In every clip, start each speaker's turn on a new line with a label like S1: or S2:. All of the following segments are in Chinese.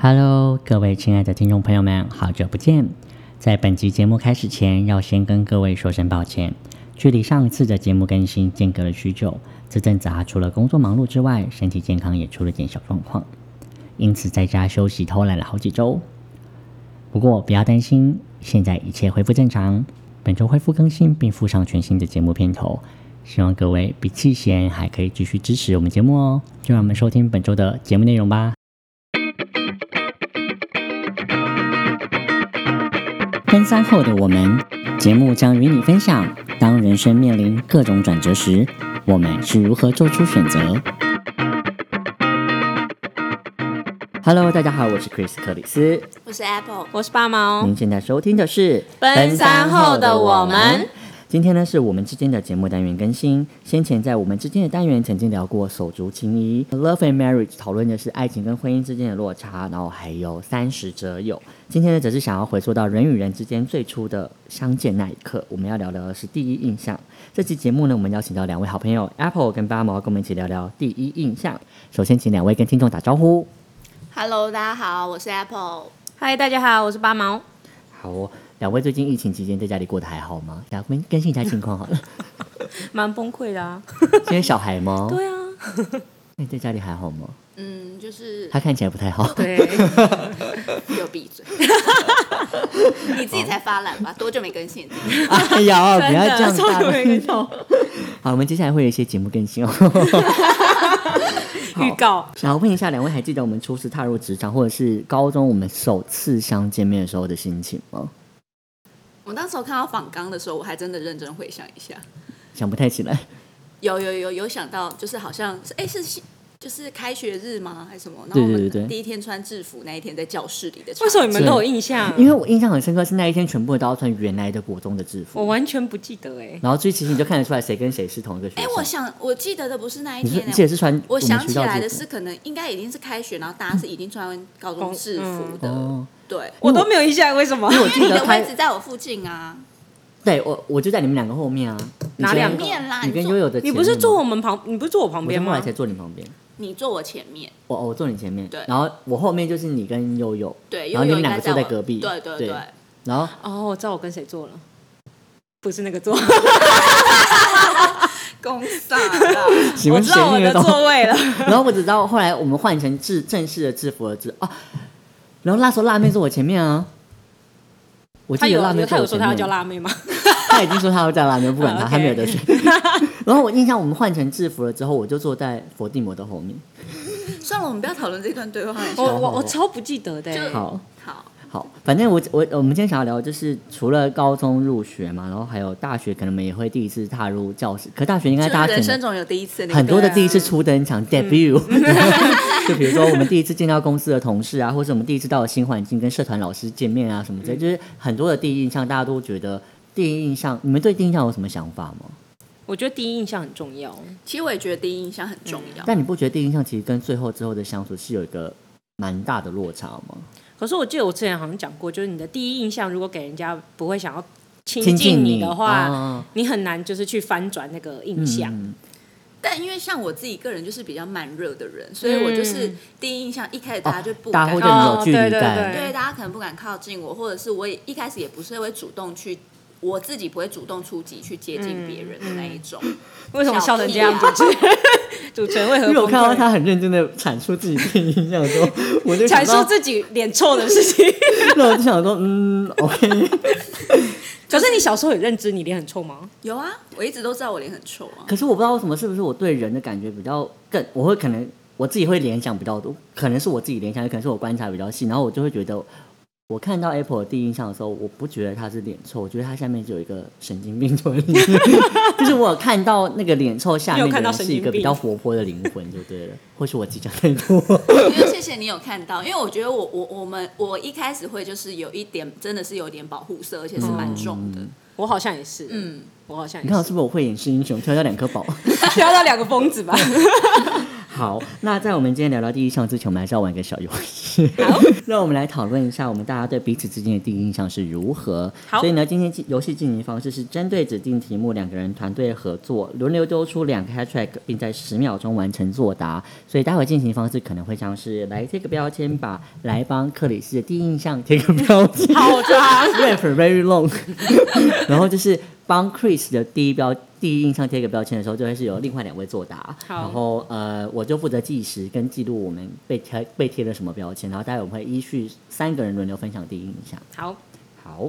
S1: Hello，各位亲爱的听众朋友们，好久不见！在本集节目开始前，要先跟各位说声抱歉，距离上一次的节目更新间隔了许久。这阵子啊，除了工作忙碌之外，身体健康也出了点小状况，因此在家休息偷懒了好几周。不过不要担心，现在一切恢复正常。本周恢复更新并附上全新的节目片头，希望各位比弃嫌还可以继续支持我们节目哦。就让我们收听本周的节目内容吧。登山后的我们，节目将与你分享，当人生面临各种转折时，我们是如何做出选择。Hello，大家好，我是 Chris 克里斯，
S2: 我是 Apple，我是八毛。
S1: 您现在收听的是《
S2: 奔山后的我们》。
S1: 今天呢，是我们之间的节目单元更新。先前在我们之间的单元曾经聊过手足情谊，Love and Marriage，讨论的是爱情跟婚姻之间的落差，然后还有三十则友。今天呢，则是想要回溯到人与人之间最初的相见那一刻，我们要聊聊的是第一印象。这期节目呢，我们邀请到两位好朋友 Apple 跟八毛，跟我们一起聊聊第一印象。首先，请两位跟听众打招呼。
S2: Hello，大家好，我是 Apple。嗨，大家好，我是八毛。
S1: 好哦，两位最近疫情期间在家里过得还好吗？来，我们更新一下近 况好了。
S3: 蛮崩溃的啊。
S1: 现在小孩吗？
S3: 对啊，
S1: 那你在家里还好吗？
S2: 嗯，就是
S1: 他看起来不太 好。
S3: 对，
S2: 给我闭嘴， 你自己才发懒吧？多久没更新？
S1: 哎呀，不要这样
S3: 真的
S1: 大
S3: 超久没
S1: 声
S3: 看到
S1: 好，我们接下来会有一些节目更 新哦。
S3: 预告
S1: 想要问一下，两位还记得我们初次踏入职场，或者是高中我们首次相见面的时候的心情吗？
S2: 我那时候看到仿纲的时候，我还真的认真回想一下，
S1: 想不太起来。
S2: 有有有有想到，就是好像是哎、是是就是开学日吗？还是什么？然后
S1: 对
S2: 我们
S1: 对对对
S2: 第一天穿制服那一天在教室里的场景，
S3: 为什么你们都有印象？
S1: 因为我印象很深刻，是那一天全部都要穿原来的国中的制
S2: 哦
S1: 服，
S3: 我完全不记得哎。
S1: 然后最其实你就看得出来谁跟谁是同一个学
S2: 哎、
S1: 生。
S2: 我想我记得的不是那一
S1: 你是
S2: 天、
S1: 你
S2: 欸
S1: 也。是穿我
S2: 我
S1: 们
S2: 想
S1: 学
S2: 起
S1: 校
S2: 来
S1: 制
S2: 的
S1: 服
S2: 是，可能应该已经是开学，然后大家是已经穿高中制服的，
S1: 哦，
S2: 对。
S3: 我都没有印象，为什么？
S1: 因为我记
S2: 你
S1: 得
S2: 的
S1: 开
S2: 位置在我附近啊，
S1: 对我我就在你们两个后面啊。你
S3: 哪
S1: 跟
S3: 两个
S2: 面啦，
S1: 你跟
S2: 坐
S1: 悠悠的前
S3: 你
S1: 面吗，
S3: 不是坐我们旁，你不是坐我旁
S1: 我是
S3: 边
S1: 后来
S3: 吗？
S1: 才坐你旁边，
S2: 你坐我前面，
S1: 我哦我坐你前面，
S2: 对
S1: 然后我后面就是你跟悠悠，
S2: 对，
S1: 然后你
S2: 悠
S1: 们
S2: 悠
S1: 两个
S2: 应该
S1: 坐在
S2: 在我
S1: 隔壁，
S2: 对对
S1: 对，然后
S3: 哦，我知道我跟谁坐了，不是那 个坐，
S2: 公傻啦，
S1: 请
S3: 我
S1: 问
S3: 知
S1: 谁
S3: 道我
S1: 那
S3: 的
S1: 个都？
S3: 座位了。
S1: 然后我只知道后来我们换成制正式的制服了之后，啊，然后那时候辣妹坐我前面啊，我
S3: 他
S1: 记得
S3: 有
S1: 辣妹
S3: 他
S1: 坐我
S3: 有说
S1: 前
S3: 他要
S1: 面，
S3: 叫 辣妹吗？
S1: 她已经说她要叫辣妹，不 管她，
S3: 啊
S1: 她没有得
S3: OK
S1: 选。 然后我印象我们换成制服了之后，我就坐在佛地魔的后面。
S2: 算了，我们不要讨论这段对话了。
S3: 我我
S1: 我
S3: 我超不记得的
S2: 就
S3: 欸。
S1: 好。
S2: 好，
S1: 好，反正我我我们今天想要聊，就是除了高中入学嘛，然后还有大学，可能我们也会第一次踏入教室。可大学应该
S2: 就
S1: 大
S2: 是
S1: 家
S2: 人
S1: 选
S2: 生
S1: 的
S2: 总有第一次那个，
S1: 很多的
S3: 对啊
S1: 第一次初登场 debut，、就 比如说我们第一次见到公司的同事啊，或是我们第一次到了新环境跟社团老师见面啊什么之类，就是很多的第一印象，大家都觉得第一印象，你们对第一印象有什么想法吗？
S3: 我觉得第一印象很重要。
S2: 其实我也觉得第一印象很重要。
S1: 但你不觉得第一印象其实跟最后之后的相处是有一个蛮大的落差吗？
S3: 可是我记得我之前好像讲过，就是你的第一印象如果给人家不会想要亲
S1: 亲
S3: 近
S1: 近
S3: 你的话，
S1: 啊
S3: 你很难就是去翻转那个印象。
S1: 嗯，
S2: 但因为像我自己个人就是比较慢热的人，所以我就是第一印象一开始大家就不
S1: 嗯大家
S2: 敢
S1: 会嗯对
S3: 觉
S1: 你有距
S3: 得哦
S1: 离
S3: 对对
S1: 感。
S3: 对
S2: 对，大家可能不敢靠近我，或者是我也一开始也不是会主动去，我自己不会主动出击去接近别人的那一种。
S1: 嗯
S3: 为什么笑成这样？主
S2: 小
S3: 持人， 主持人为何
S1: 因为我
S3: 崩
S1: 看到
S3: 溃
S1: 他很认真的阐述自己的印象的 时候，我就想
S3: 阐述
S1: 到，
S3: 自己脸臭的事情？
S1: 那我就想说，嗯，OK，
S3: 可是你小时候有认知你脸很臭吗？
S2: 有啊，我一直都知道我脸很臭啊。
S1: 可是我不知道为什么，是不是我对人的感觉比较更，我会可能我自己会联想比较多，可能是我自己联想，也可能是我观察比较细，然后我就会觉得，我看到 Apple 的第一印象的时候，我不觉得他是脸臭，我觉得他下面就有一个神经病在里 面，就是我有看到那个脸臭下
S3: 你有
S1: 面的
S3: 看到
S1: 人
S3: 神
S1: 是一
S3: 经
S1: 个比
S3: 病
S1: 较活泼的灵魂，就对了，或是我自己讲太多，
S2: 因为谢谢你有看到，因为我觉得我我我们我一开始会就是有一点真的是有点保护色，而且是蛮重的。
S3: 我好像也是，
S2: 嗯，
S3: 我好像
S1: 你
S3: 也
S1: 看我
S3: 是，
S1: 是不是我慧眼识英雄，挑到两颗宝？
S3: 挑到两个疯子吧。
S1: 好，那在我们今天聊到第一印象之前，我们还是要玩一个小游戏。
S3: 好，
S1: 让我们来讨论一下我们大家对彼此之间的第一印象是如何。
S3: 好
S1: 所以呢，今天进游戏进行方式是针对指定题目，两个人团队合作，轮流丢出两个 hashtag，并在十秒钟完成作答。所以待会进行方式可能会像是来贴个标签吧，来帮克里斯的第一印象贴个标签。
S3: 好长，
S1: rap very long，然 后就是帮 Chris 的第一标第一印象贴一个标签的时候，就会是由另外两位作答，
S3: 好
S1: 然后呃我就负责计时跟记录我们被贴被贴了什么标签，然后待会我们会依序三个人轮流分享第一印象。
S3: 好，
S1: 好，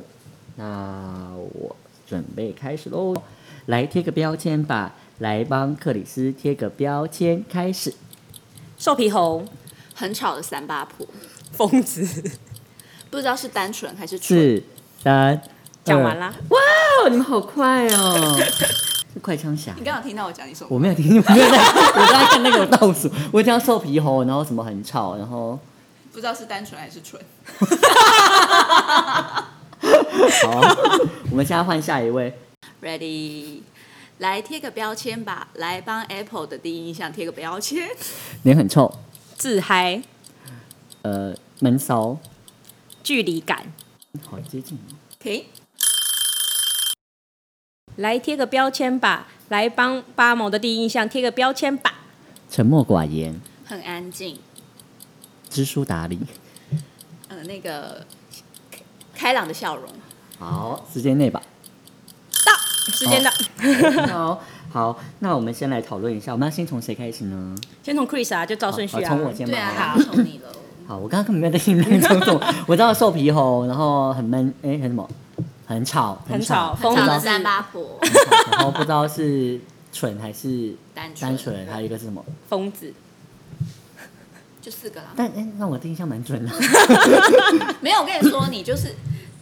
S1: 那我准备开始喽，来贴个标签吧，来帮克里斯贴个标签，开始。
S3: 瘦皮猴，
S2: 很吵的三八婆，
S3: 疯 子，
S2: 不知道是单纯还是蠢。
S1: 四三，
S3: 讲完
S1: 二。
S3: 啦，
S1: 哇，你们好快哦！ 是快枪侠。
S2: 你刚刚有听到我讲一首
S1: 我没有听，我没有在，我刚才看那个倒数，我听到瘦皮猴，然后什么很吵，然后
S2: 不知道是单纯还是蠢。
S1: 好，我们现在换下一位，
S2: Ready，来贴个标签吧，来帮 Apple 的第一印象贴个标签。
S1: 脸很臭，
S3: 自嗨，
S1: 呃，闷骚，
S3: 距离感，
S1: 好接近哦，
S2: 停，
S3: 来贴个标签吧，来帮八毛的第一印象贴个标签吧。
S1: 沉默寡言，
S2: 很安静。
S1: 知书达理。
S2: 呃，那个开开朗的笑容。
S1: 好，时间内吧。
S3: 到时间到，
S1: 好，好，那我们先来讨论一下，我们要先从谁开始呢？
S3: 先从 Chris 啊，就照顺序啊。
S1: 好从我先吧。
S2: 啊，那送 你了。
S1: 好，我刚刚根本没有在听你种种，我知道瘦皮猴，然后很闷，哎，很什么，很吵，
S3: 很吵
S1: 吵，
S3: 疯
S1: 然
S2: 长的
S1: 后
S3: 子
S2: 三八婆，
S1: 然后不知道是蠢还是
S2: 单纯
S1: 单纯，还有一个是什么？
S3: 疯子，
S2: 就四个啦。
S1: 但哎，那我的印象蛮准的。
S2: 没有，我跟你说，你就是。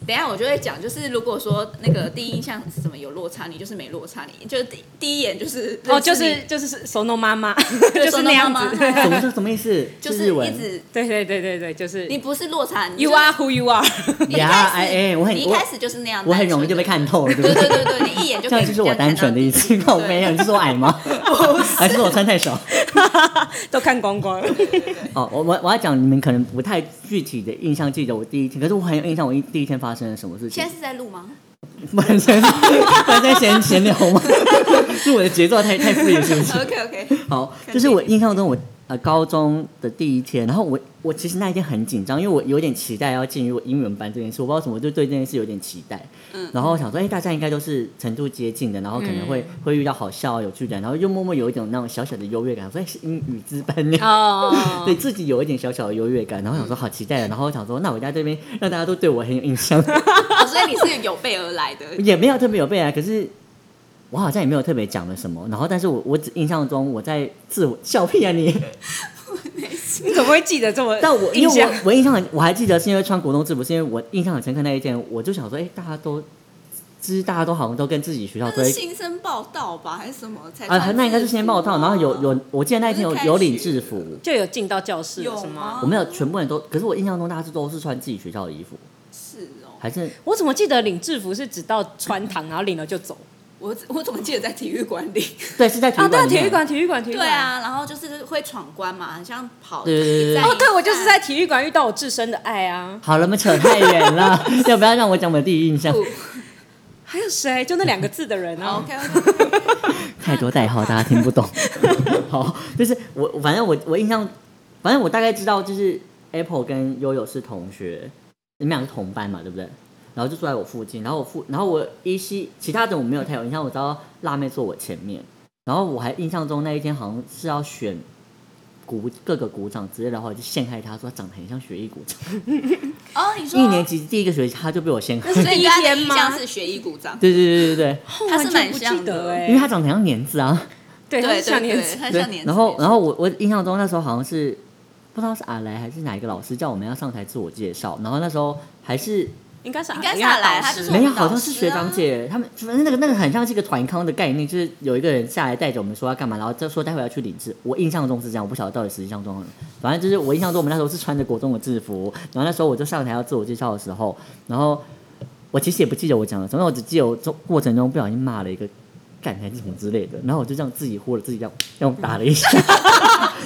S2: 等一下我就会讲，就是如果说那个第一印象是什么有落差，你就是没落差，你就是第第一眼就是
S3: 哦，就
S2: 认识
S3: 是
S2: 你
S3: 就是手弄妈 妈，
S2: 对
S3: 就是那样
S2: 手弄
S3: 子
S2: 妈。妈
S1: 什么是什么意思？
S2: 就是
S1: 日文
S2: 一。直
S3: 对对对对对，就是
S2: 你不是落差，你
S3: You
S2: 就是
S3: are who you are。
S2: 你一
S1: Yeah，
S2: 开
S1: 哎
S2: 始
S1: 哎我很
S2: 你一
S1: 我
S2: 开始就是那样，
S1: 我很容易就被看透了，对不
S2: 对 对
S1: 对？
S2: 对对，你一眼就
S1: 这
S2: 可以
S1: 样就是我单纯的意思，
S2: 这样
S1: 那
S2: 看到
S1: 我
S2: 你
S1: 没有，你是说我矮 吗？还是我穿太少？
S3: 都看光 光了。
S1: 哦，我我我要讲，你们可能不太具体的印象记得我第一天，可是我很有印象，我一第一天发生了什么事情
S2: 现在。是在录吗？
S1: 不然先不然再 闲闲聊吗？ 是我的节奏太太 free 了是不是？
S2: OK OK，
S1: 好，就是我印象中我呃高中的第一天，然后我我其实那一天很紧张，因为我有点期待要进入英文班这件事，我不知道为什么，我就对这件事有点期待。
S2: 嗯
S1: 然后我想说，哎、大家应该都是程度接近的，然后可能会、会遇到好笑啊、有趣的，然后又默默有一种那种小小的优越感，说哎是英语之班 呢。
S3: 哦
S1: 对自己有一点小小的优越感，然后想说好期待啊了，然后我想说那我在这边让大家都对我很有印象，
S2: 哦，所以你是有备而来的，
S1: 也没有特别有备啊，可是我好像也没有特别讲了什么，然后但是我我只印象中我在自我笑屁啊你，
S3: 你怎么会记得这么？
S1: 但我因
S3: 印
S1: 为
S3: 象
S1: 我我印象很我还记得是因为穿国中制服，是因为我印象很深刻那一件，我就想说，哎、大家都知大家都好像都跟自己学校
S2: 那
S1: 都
S2: 是
S1: 会
S2: 新生报道吧，还是什么？才
S1: 啊，那应该是先冒
S3: 哦
S1: 套，然后有有我记得那一天有
S2: 不是开学
S1: 有领制服，
S3: 就有进到教室了
S2: 有
S3: 是吗？
S2: 吗？
S1: 我没有全部人都，可是我印象中大家都是穿自己学校的衣服，
S2: 是哦，
S1: 还是
S3: 我怎么记得领制服是只到穿堂，然后领了就走？
S2: 我只我怎么记得在体育馆里？
S1: 对是在体育
S3: 啊，对
S1: 馆
S3: 啊，
S1: 里
S3: 体
S1: 面
S3: 育馆，体育馆，体育
S2: 对
S3: 馆。。
S2: 啊，然后就是会闯关嘛，很像跑。
S1: 对对对对
S3: 哦，对，我
S2: 啊
S3: 就是在体育馆遇到我至深的爱啊！
S1: 好了，我们扯太远了， 要不要让我讲我的第一印象？
S3: 还有谁？就那两个字的人
S1: 哦
S3: 啊！
S2: 哦 OK OK，
S1: 太多代号，大家听不懂。好，就是我，反正我我印象，反正我大概知道，就是 Apple 跟悠悠是同学，你们俩是同班嘛，对不对？然后就坐在我附近，然后我附，然后我依稀其他的我没有太有印象，我知道辣妹坐我前面，然后我还印象中那一天好像是要选鼓各个鼓掌之类的话，我就陷害她说她长得很像学艺鼓掌。
S2: 哦，你说
S1: 一年级第一个学期她就被我陷害，
S2: 所以你刚刚的印象
S3: 吗
S2: 是学艺鼓掌，
S1: 对对对对对，
S3: 哦 我
S2: 他
S3: 完
S2: 是
S3: 全
S2: 蛮
S3: 不记
S2: 像
S3: 得
S2: 的
S3: 哎，
S1: 因为她长得很像年字啊。
S3: 对，他
S2: 对
S3: 是像
S2: 对
S3: 年
S2: 对，
S3: 子，
S2: 他
S1: 对
S2: 像，年
S1: 然后
S2: 纪
S1: 然后我我印象中那时候好像是不知道是阿来还是哪一个老师叫我们要上台自我介绍，然后那时候还是
S3: 应该是
S2: 应该是
S3: 阿雅
S2: 阿来
S3: 老
S2: 他
S3: 师
S2: 就是我
S1: 没
S2: 们
S1: 有，好像
S2: 导
S1: 是
S2: 师
S1: 学
S2: 啊
S1: 长姐，他们反正那个那个很像是一个团康的概念，就是有一个人下来带着我们说要干嘛，然后就说待会要去领制。我印象中是这样，我不晓得到底实际上状况。反正就是我印象中我们那时候是穿着国中的制服，然后那时候我就上台要自我介绍的时候，然后我其实也不记得我讲了什么，我只记得我中过程中不小心骂了一个。干还是什么之类的，然后我就这样自己呼了自己这样，这样打了一下，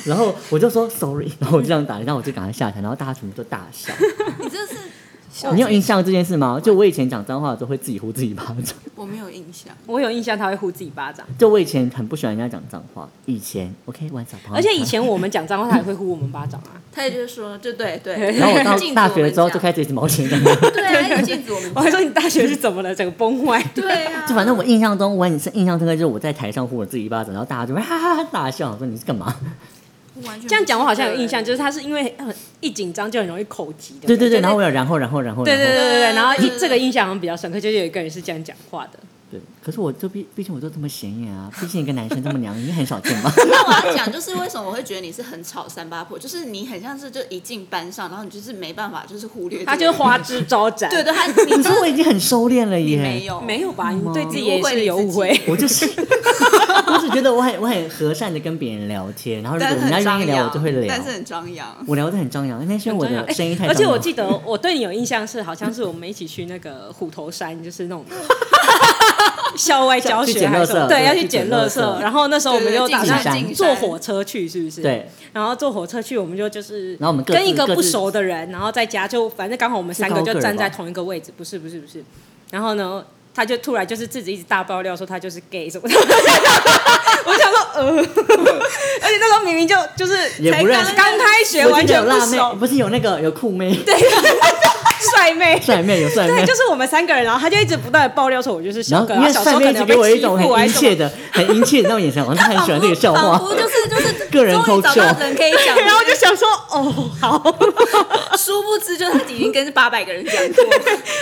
S1: 然后我就说 sorry，然后我就这样打，然后我就赶快下台，然后大家全部都大笑。
S2: 你这是哦
S1: 你有印象这件事吗？就我以前讲脏话的时候会自己呼自己巴掌，
S2: 我没有印象，
S3: 我有印象他会呼自己巴掌，
S1: 就我以前很不喜欢人家讲脏话，以前 OK 晚上，
S3: 而且以前我们讲脏话他也会呼我们巴掌啊。
S2: 他也就是说，就对对。
S1: 然后我到
S2: 禁止
S1: 大
S2: 们
S1: 学了之后
S2: 讲
S1: 就开始一直毛钱讲，
S2: 对啊，他也禁止我们
S3: 我还说
S2: 讲。
S3: 你大学是怎么了，整个崩坏。
S2: 对啊，
S1: 就反正我印象中我很印象深刻，就是我在台上呼我自己一巴掌，然后大家就哈哈哈大笑，我说你是干嘛？
S2: 我完全
S3: 这样讲我好像有印象，
S2: 就
S3: 就是他是因为很一紧张就很容易口急的。
S1: 对对
S3: 就
S1: 对，
S3: 是
S1: 然后我有然后然后然后
S3: 对
S1: 然
S3: 对对
S1: 后
S3: 对对，然后一
S2: 嗯
S3: 这个印象好像比较深刻，就是有一个人是这样讲话的。
S1: 对，可是我就毕毕竟我就这么显眼啊，毕竟一个男生这么娘，你很少见吧？
S2: 那我要讲，就是为什么我会觉得你是很吵三八婆，就是你很像是就一进班上，然后你就是没办法，就是忽略这个
S3: 他就是花枝招展。
S2: 对对，他你
S1: 可是
S2: 就
S1: 我已经很收敛了耶，
S2: 没有
S3: 没有吧？
S1: 嗯
S3: 你
S1: 哦
S3: 对自己也是有误会。
S1: 我就是， 我只觉得我很我很和善的跟别人聊天，然后如
S2: 但
S1: 果
S2: 是
S1: 人
S2: 很
S1: 家愿
S2: 张
S1: 意聊，我就会
S2: 扬，
S1: 聊
S2: 但。是很张 扬。
S1: 我聊得很张扬，那是因为我
S3: 真的
S1: 的
S3: 哎
S1: 声音太张扬。
S3: 而且我记得我对你有印象是，好像是我们一起去那个虎头山，就是 那种校外教
S1: 去
S3: 学
S1: 捡
S3: 还是什么
S1: 垃圾
S3: 对，
S1: 对
S3: 要去
S1: 去捡
S3: 捡垃
S1: 垃
S3: 圾。
S1: 圾
S3: 然后那时候我们
S2: 对对
S3: 就
S2: 进
S3: 打
S1: 山
S3: 算
S1: 进
S3: 坐
S2: 山
S3: 火车去，是不是？
S1: 对。
S3: 然后坐火车去，我们就就是，
S1: 然后我们各自
S3: 跟一个
S1: 各
S3: 不
S1: 自
S3: 熟的人，然后在家就反正刚好我们三个
S1: 是高个
S3: 就
S1: 儿
S3: 站在
S1: 吧
S3: 同一个位置，不是不是不是。然后呢，他就突然就是自己一直大爆料说他就是 gay 什么的， 我想说呃， 而且那时候明明就就是
S1: 也
S3: 才
S1: 不认
S3: 刚
S1: 识
S3: 刚开学，
S1: 我
S3: 完
S1: 记得
S3: 全
S1: 有
S3: 不
S1: 辣妹，
S3: 熟，
S1: 不是有那个有酷妹、
S3: 帅妹。
S1: 帅妹有帅
S3: 对，
S1: 妹
S3: 就。是我们三个人，然后他就一直不断的爆料说，我就是
S1: 然
S3: 小
S1: 后
S3: 哥，
S1: 因
S3: 然
S1: 为
S3: 啊后小时
S1: 帅
S3: 候
S1: 妹
S3: 可
S1: 一直
S3: 能
S1: 给我
S3: 被
S1: 一
S3: 欺
S1: 种很
S3: 负还
S1: 殷
S3: 是什
S1: 切
S3: 么，
S1: 的、
S3: 哦
S1: 很殷切的那种眼神，好像他很喜欢这个笑
S2: 仿
S1: 话。
S2: 佛就是就是
S1: 个人
S2: 终于找
S1: 偷笑
S2: 到人可以讲，
S3: 然后我就想说，哦，好，
S2: 殊不知就是他已经跟八百个人讲过，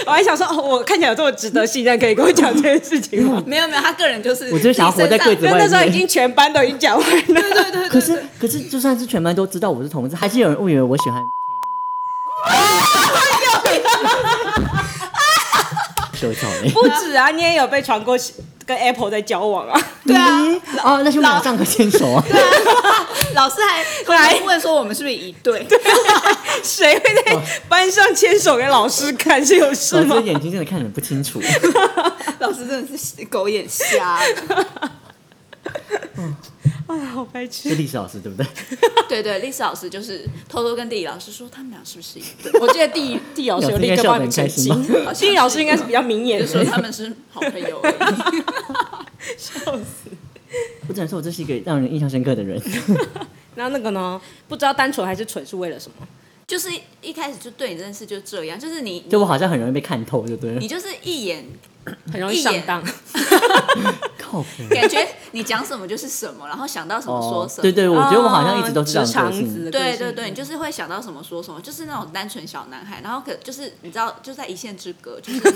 S3: 我还想说，哦，我看起来有这么值得信任，可以跟我讲这件事 情吗？
S2: 没有没有，他个人就是
S1: 我就是想要活在柜子
S3: 因为
S1: 外
S3: 那时候
S1: 面
S3: 已经全班都已经讲完了，
S2: 对对对对，
S1: 可是可是，就算是全班都知道我是同志，还是有人误以为我 喜欢。羞笑嘞。
S3: 不止啊，你也有被传过跟 Apple 在交往啊，
S2: 对啊
S1: 咦，哦，那是马上可牵手啊。
S2: 老师 还后
S3: 来
S2: 来问说我们是不是一对，
S3: 谁会在班上牵手给老师看？ 是有事
S1: 老
S3: 吗
S1: 师？眼睛真的看得很不清楚。
S2: 老师真的是狗眼瞎了。
S3: 哎
S1: 哦
S3: 呀，好白
S1: 是
S3: 痴！
S1: 历史老师对不对？
S2: 对对，历史老师就是偷偷跟地理老师说他们俩是不是一对，
S3: 我记得地理地理老师有立刻帮你们澄
S1: 老
S3: 清
S1: 师应该笑得很，
S2: 开心吧
S3: 地理哦老师应该是比较明眼
S2: 就说
S3: 的。
S2: 他们是 好朋友而已。
S1: 我只能说我这是一个让人印象深刻的人。
S3: 那那个呢？不知道单纯还是蠢是为了什么？
S2: 就是一开始就对你认识就这样，就是你
S1: 就我好像很容易被看透，就对了
S2: 你。就是一眼
S3: 很容易上当。
S1: 靠谱。
S2: 感觉你讲什么就是什么，然后想到什么说
S1: 哦
S2: 什，么。
S1: 对对，我觉得我好哦像一直都是这样
S3: 直
S1: 的
S3: 肠
S1: 个性。
S3: 子。
S2: 对对对，你，就是会想到什么说什么，就是那种单纯小男孩，然后可就是你知道，就在一线之隔，就是对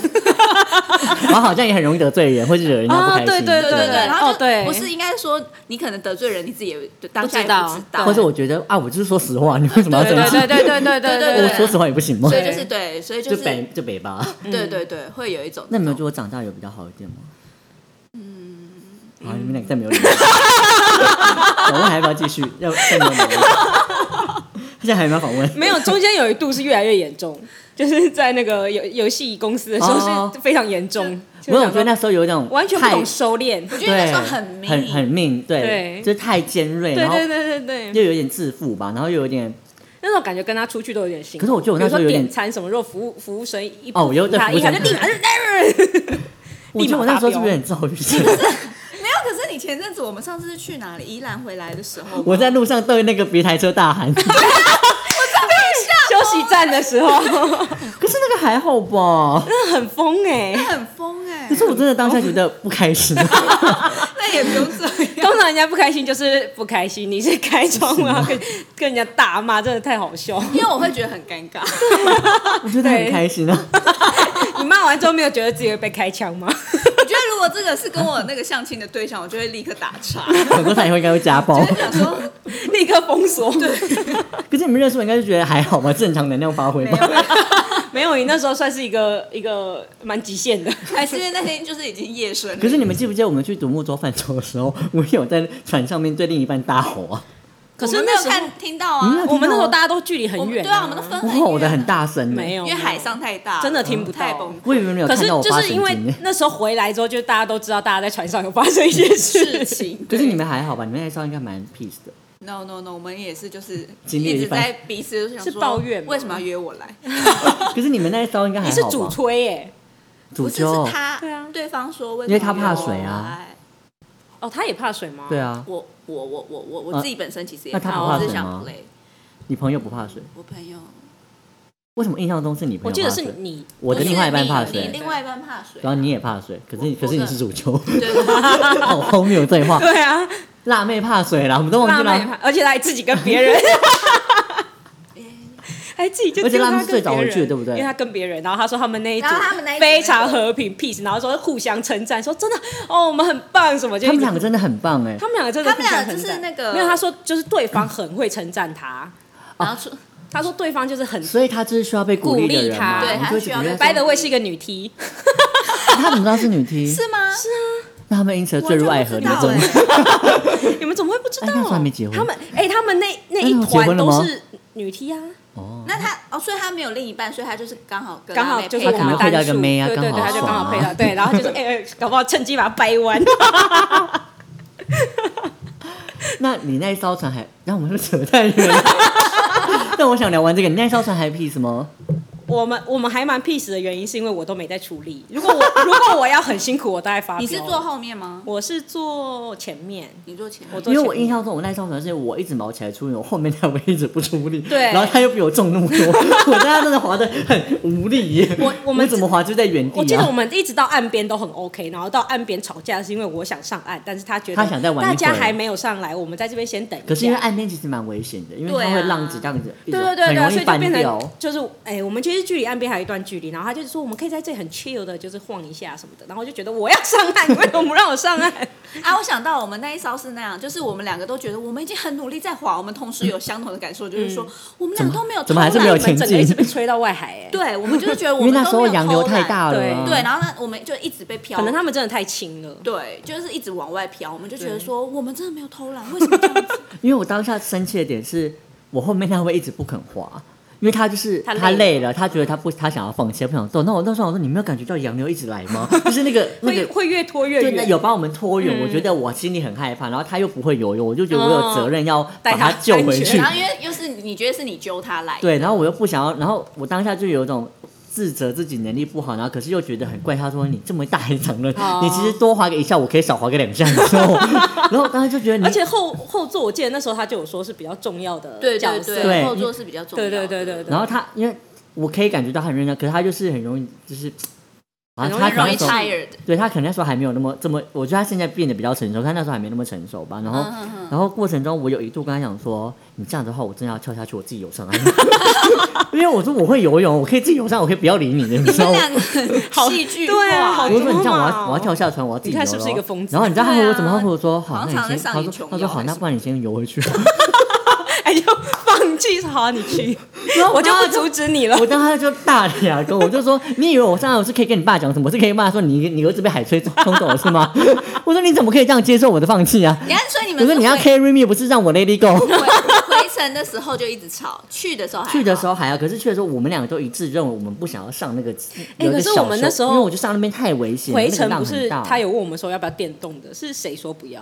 S1: 我好像也很容易得罪人，或是惹人家不开心。
S3: 哦对对
S2: 对对，然后
S3: 哦对
S2: 就不是应该说你可能得罪人，你自己也就当
S3: 不
S2: 下也
S3: 知道
S2: 不知道，
S1: 或者我觉得啊，我就是说实话，你为什么要
S3: 对
S1: 生
S3: 对
S1: 气？
S3: 对对对对对
S1: 我
S3: 对。
S1: 说实话也不行吗
S2: 所？以
S3: 对
S2: 就是对，所以就
S1: 就是北就北吧。
S2: 对对对，会有一种
S1: 那你们觉
S2: 这
S1: 得
S2: 种
S1: 我长大有比较好一点吗？嗯。好，你们两个再没有理。访问还要不要继续？要再没有理。 现在还有没有访问？
S3: 没有，中间有一度是越来越严重，就是在那个游游戏公司的时候
S1: 哦
S3: 是非常严重。
S1: 没有，我觉
S3: 就
S1: 得
S3: 是想
S1: 那时候有一种
S3: 说完全不
S1: 太
S3: 懂收敛。
S2: 我觉得那
S1: 对，
S2: 时候很迷
S1: 很很命，对
S3: 对，
S1: 就是太尖锐，
S3: 对
S1: 然后
S3: 对对对对，
S1: 又有点自负吧，然后又有点
S3: 那种感觉跟他出去都有点辛
S1: 可
S3: 苦。
S1: 是我觉得我那时候
S3: 比
S1: 有
S3: 如说
S1: 点
S3: 点餐什么，如果服务服务生一
S1: 哦我又在
S3: 他
S1: 服务
S3: 一
S1: 生
S3: 喊就立马就
S1: 我觉得我那时候是不是有点躁郁症？
S2: 没有，可是你前阵子我们上次是去哪里？宜兰回来的时候，
S1: 我在路上对那个别台车大喊， 可
S3: 休息站的时候，
S1: 是那个还好吧？
S3: 那很疯哎。
S2: 很疯哎、
S1: 可是我真的当下觉得不开 心，
S2: 那也不用这样。
S3: 通常人家不开心就是不开心，你是开窗然后跟跟人家大骂，真的太好笑。
S2: 因为我会觉得很尴尬，
S1: 我觉得很开心啊。
S3: 你骂完之后没有觉得自己会被开枪 吗？
S2: 我觉得如果这个是跟我那个相亲的对象，我就会立刻打岔，
S1: 很多台会应该会家暴，
S2: 就想说
S3: 立刻封锁。
S1: 可是你们认识我应该就觉得还好吧，正常能量发挥
S2: 没
S1: 吧。
S2: 有，
S3: 没有，你那时候算是一个一个蛮极限的。
S2: 还是因为那天就是已经夜深了。
S1: 可是你们记不记得我们去独木舟泛舟的时候，我有在船上面对另一半大吼啊，
S3: 可
S2: 我
S3: 是
S2: 们没
S3: 那
S2: 有
S3: 时候
S2: 看听到啊，
S1: 嗯
S3: 我们那时候大家都距离很
S2: 我们
S3: 远、
S2: 对啊，我们都分
S1: 我
S2: 很远
S1: 吼的很，大声，
S3: 没有，
S2: 啊因为海上太大了，
S3: 真的听不到
S2: 太崩
S1: 我以为你们有
S3: 可是
S1: 看到我
S3: 就
S1: 发
S3: 是
S1: 神
S3: 因为
S1: 经耶。
S3: 那时候回来之后，就大家都知道大家在船上有发生一些事
S2: 事。情。
S1: 可
S2: 对
S1: 是你们还好吧？你们那时候应该蛮 peace 的。
S2: No No No，我们也是就是
S1: 经历了
S2: 一
S1: 一
S2: 直
S1: 番
S2: 在彼此想说
S3: 是抱怨吗
S2: 为什么要约我来？
S1: 可是你们那一招应该还
S3: 你是
S1: 好
S3: 主
S1: 吧？
S3: 推耶、
S1: 主
S2: 不是是
S1: 修，
S2: 他，
S3: 对啊
S2: 对方说为什
S1: 因
S2: 么
S1: 为他怕
S2: 约我
S1: 水啊
S2: 来。
S3: 哦，他也怕水吗？
S1: 对啊，
S2: 我我我我我
S1: 啊
S2: 我自己本身其实也
S1: 那他
S2: 怕，
S1: 不怕
S2: 我只是
S1: 水
S2: 想
S1: 吗
S2: play。
S1: 你朋友不怕水，
S2: 我朋友，
S1: 为什么印象中是你朋友
S3: 我
S1: 怕水？
S3: 记得是你，
S1: 我的
S2: 不是
S1: 另外一半
S2: 你
S1: 怕
S2: 你
S1: 水，
S2: 另外一半怕水
S1: 然。后你也怕水，可是
S2: 我
S1: 你可是你是主修，
S2: 对对对
S1: 好荒谬的对 话。
S3: 对啊，
S1: 辣妹怕水啦，我们都忘
S3: 辣
S1: 记
S3: 妹
S1: 了。
S3: 怕，而且他还自己跟 别人，还自己就
S1: 而且
S3: 丢
S1: 他们是
S3: 跟
S1: 最早
S3: 别
S1: 回去的
S3: 人
S1: 对不对
S3: 因为他跟别人，然后他说他们那一组
S2: 然后他们那一组
S3: 非常和平 peace，然后说互相称赞，说真的哦，我们很棒什么，就
S1: 他们
S3: 一直
S1: 两个真的很棒哎
S3: 他，们两个真的互相
S2: 他
S3: 称
S2: 们俩就是
S3: 赞
S2: 那个
S3: 没有他说就是对方很会称赞他，
S2: 然后出
S3: 他说对方就是很
S1: 所以他 就是需啊要被鼓励的人嘛。
S3: 鼓励他
S2: 对
S1: 你就
S2: 他需要被
S1: 觉得啊
S2: 掰
S3: by the way 是一个女 T，
S1: 他怎么知道是女 T？
S2: 是吗？是
S1: 那他们因此而坠入爱河，你们
S3: 欸
S1: 怎么？
S3: 你们怎么会不知道？
S1: 哎那时候还没结婚
S3: 他们哎，他们那
S1: 那
S3: 那
S1: 时
S3: 一
S1: 候结
S3: 团
S1: 婚了
S3: 都
S1: 吗
S3: 是女 T 啊，
S1: 哦，
S2: 那他哦，所以他没有另一半，所以他就是刚好跟
S3: 刚
S2: 辣
S3: 好
S2: 妹
S3: 就是
S2: 啊配
S1: 他可
S3: 我
S1: 能
S3: 们
S2: 到
S1: 会
S3: 单
S1: 叫一个
S3: 数
S1: 妹啊
S3: 对对对，
S1: 刚好
S3: 他就刚
S1: 爽
S3: 好
S1: 啊
S3: 配到，对，然后就是哎、哎搞不好趁机把它掰弯。
S1: 那你那一艘船还……那我们是扯太远 了。那我想聊完这个，你那一艘船还 peace 吗？
S3: 我们我们还蛮 peace 的原因是因为我都没在处理。如果我 如果我要很辛苦，我大概发飙
S2: 你是坐，后面吗？
S3: 我是坐前面，
S2: 你坐前
S3: 我
S2: 面。
S3: 坐
S1: 因为我
S3: 前
S1: 印
S3: 面
S1: 象中，我那一艘船是我一直毛起来出力，我后面那位一直不出力，
S3: 对
S1: 然后他又比我重那么多， 我在他真的滑的很无力耶。
S3: 我我们
S1: 怎么滑就在原地、啊？
S3: 我记得我们一直到岸边都很 OK，然后到岸边吵架是因为我想上岸，但是他觉得
S1: 他想再玩一会
S3: 大
S1: 儿
S3: 家还没有上来，我们在这边先等一下。
S1: 可是因为岸边其实蛮危险的，因为
S2: 对啊
S1: 它会浪子这样子，一直
S3: 对对对
S1: 很
S3: 对啊，
S1: 容
S3: 所
S1: 易
S3: 以就
S1: 翻
S3: 变
S1: 掉
S3: 成。就是哎、我们其实距离岸边还有一段距离，然后他就说我们可以在这里很 chill 的，就是晃一下什么的，然后我就觉得我要上岸，你为什么不让我上岸？
S2: 啊，我想到我们那一艘是那样，就是我们两个都觉得我们已经很努力在滑，我们同时有相同的感
S3: 嗯
S2: 受，就是说我们两个都没有偷懒，
S1: 怎么还是没有
S3: 我们整个
S1: 前进
S3: 一直被吹到外海、 哎，
S2: 对，我们就是觉得我
S1: 因为
S2: 们都
S1: 那
S2: 没有
S1: 时候洋流
S2: 偷
S1: 太
S2: 懒
S1: 大了啊，
S2: 对，然后呢，我们就一直被飘，
S3: 可能他们真的太轻了。
S2: 对，就是一直往外飘，我们就觉得说我们真的没有偷懒，为什么这样子？
S1: 因为我当下生气的点是，我后面那位一直不肯滑，因为他就是
S3: 他累
S1: 他累了，他觉得他不他想要放弃，他不想哦动。那我那时候我说你没有感觉到洋流一直来 吗？就是那个那
S3: 会
S1: 个。
S3: 会越拖越
S1: 对，那
S3: 远，
S1: 有把我们拖远，我觉得我心里很害怕，然后他又不会游泳，我就觉得我有责任要把
S3: 带他
S1: 救回
S3: 安
S1: 去
S3: 全
S2: 然。后因为又是你觉得是你揪他来，
S1: 对，然后我又不想要，然后我当下就有一种自责自己能力不好，然后可是又觉得很怪，他说你这么大一场了，
S3: 哦
S1: 你其实多划个一下，我可以少划个两下，你知道吗？ 然后当时就觉得你
S3: 而且后后座我记得那时候他就有说是比较重要的
S2: 对
S3: 角
S2: 对
S3: 色，
S1: 对
S2: 后座是比较重要
S3: 对
S2: 的，
S3: 对对对对
S1: 然后他因为我可以感觉到他很认真，可是他就是很容易就是。啊，
S3: 很容易
S1: 他可能
S2: 容
S1: 那
S2: 易
S1: 时候
S2: tired，
S1: 对他可能那时候还没有那么这么，我觉得他现在变得比较成熟，他那时候还没那么成熟吧。然后，
S2: 嗯嗯
S1: 然后过程中我有一度跟他讲说，你这样的话，我真的要跳下去，我自己游上来， 因为我说我会游泳，我可以自己游上来，我可以不要理你的，你
S2: 你
S1: 知道
S2: 们
S1: 吗？
S2: 两个很戏剧化，
S3: 对啊好
S1: 我说你这样，我
S3: 多
S1: 要
S3: 嘛
S1: 我要跳下船，我要自己游了
S3: 你
S1: 哦。
S3: 看是不是一个疯子
S1: 然后你知道他
S2: 对啊
S1: 回我怎么？他回我说好，
S2: 好
S1: 那
S2: 像常
S1: 你
S2: 在
S1: 先。
S2: 上
S1: 他
S2: 瘾
S1: 说
S2: 琼
S1: 他说
S2: 瑶
S1: 好，
S2: 还
S1: 那
S2: 是
S1: 不然你先游回去。
S3: 哎就放弃，好啊、你去，
S1: 然后
S3: 我就
S1: 当
S3: 不
S1: 时
S3: 阻止你了
S1: 我。当时就大俩跟我就说，你以为我上来我是可以跟你爸讲什么？我是可以跟爸说你你儿子被海吹冲走了是吗？ 我说你怎么可以这样接受我的放弃啊？
S2: 你看，所以你
S1: 我
S2: 们
S1: 说
S2: 是
S1: 你要
S2: 回
S1: carry me，不是让我 lady go。
S2: 回回程的时候就一直吵，去的时候还好
S1: 去的时候还要，可是去的时候我们两个都一致认为我们不想要上那个。
S3: 哎
S1: 有一个
S3: 可是我们
S1: 小
S3: 那时候
S1: 因为我就上那边太危险，
S3: 回
S1: 那个
S3: 程
S1: 浪
S3: 不
S1: 很
S3: 是
S1: 大
S3: 他有问我们说要不要电动的，是谁说不要？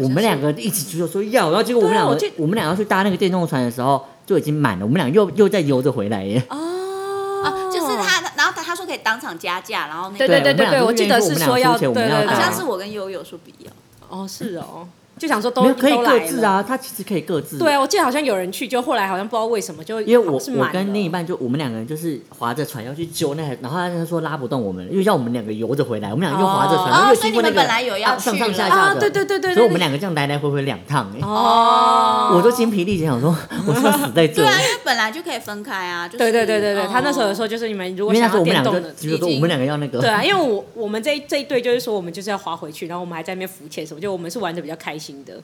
S1: 我们两个一起举手说要，然后结果我们
S3: 对啊
S1: 两个
S3: 我记
S1: 我们俩要去搭那个电动船的时候就已经满了，我们俩又又再游着回来耶。
S3: 哦
S2: 啊，就是他，然后他他说可以当场加价，然后那个
S3: 对
S1: 对
S3: 对对对对，
S1: 我
S3: 我
S1: 们
S3: 记
S1: 俩
S3: 得
S1: 都是
S3: 是说要，
S1: 愿意说
S3: 对
S1: 我们
S3: 对
S1: 俩
S3: 对，
S1: 出钱我们要
S2: 好
S1: 搭
S2: 像是我跟悠悠说不要，
S3: 哦是哦，就想说
S1: 没
S3: 都
S1: 有可以
S3: 都
S1: 各
S3: 来
S1: 自
S3: 了。
S1: 啊，他其实可以各自。
S3: 对啊，我记得好像有人去，就后来好像不知道为什么就
S1: 因为我
S3: 是
S1: 我
S3: 满
S1: 跟
S3: 了
S1: 另一半就我们两个人就是划着船要去揪那台，然后他说拉不动我们，又要我们两个游着回来，我们两个又划着船，
S3: 哦
S1: 然后又
S2: 哦所
S1: 经
S2: 以
S1: 过
S2: 你
S1: 那
S2: 们
S1: 个
S2: 本来有要
S1: 上
S2: 去
S1: 上
S2: 了
S1: 下下
S3: 啊，
S1: 的，
S3: 对对对对，
S1: 所以
S3: 对
S1: 我们两个这样来来回回两趟、欸，
S3: 哦，
S1: 我都精疲力竭，想说我是要死在这
S2: 对。啊，因为本来就可以分开啊，就是
S3: 对对对对对，他那时候有
S2: 说，
S3: 说就是你们
S1: 因
S3: 如果
S1: 为那
S3: 想
S1: 时候
S3: 要
S1: 我们
S3: 电
S1: 两
S3: 动
S1: 个
S3: 的
S1: 就，觉得说
S2: 已经
S1: 我们两个要那个，
S3: 对啊，因为我我们这一这一队就是说我们就是要划回去，然后我们还在那边浮潜什么，就我们是玩的比较开心的，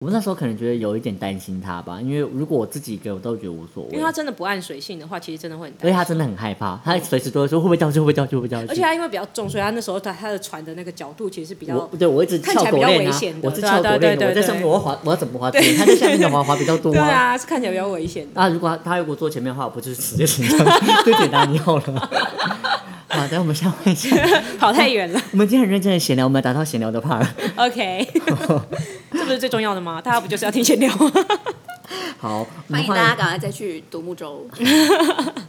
S1: 我们那时候可能觉得有一点担心他吧，因为如果我自己一个我都觉得无所谓，
S3: 因为他真的不按水性的话，其实真的会很
S1: 而且
S3: 担
S1: 他
S3: 心。
S1: 真的很害怕，他随时都会说会不会掉去，会不会掉去，会不会掉去。
S3: 而且他因为比较重，所以他那时候他他的船的那个角度其实是比较
S1: 我对我一直
S3: 看起
S1: 翘
S3: 来
S1: 狗
S3: 比较
S1: 链
S3: 危
S1: 啊
S3: 险，的
S1: 我是
S3: 对啊
S1: 翘
S3: 对啊
S1: 狗链
S3: 对
S1: 的，
S3: 啊
S1: 我在
S3: 对啊
S1: 上面我要滑，我要怎么滑？对，
S3: 对
S1: 他在下面的滑滑比较多
S3: 对啊，是看起来比较 危险的。
S1: 啊，如果他如果坐前面的话，我不就是直接请他就简单要了。 好，等我们下回下。
S3: 跑太远了
S1: 我们今天很认真的闲聊，我们要达到闲聊的 part。
S3: ，OK，这不不是最重要的吗？大家不就是要听闲聊吗？
S1: 好，我们
S2: 欢迎大家
S1: 换
S2: 赶快再去独木舟。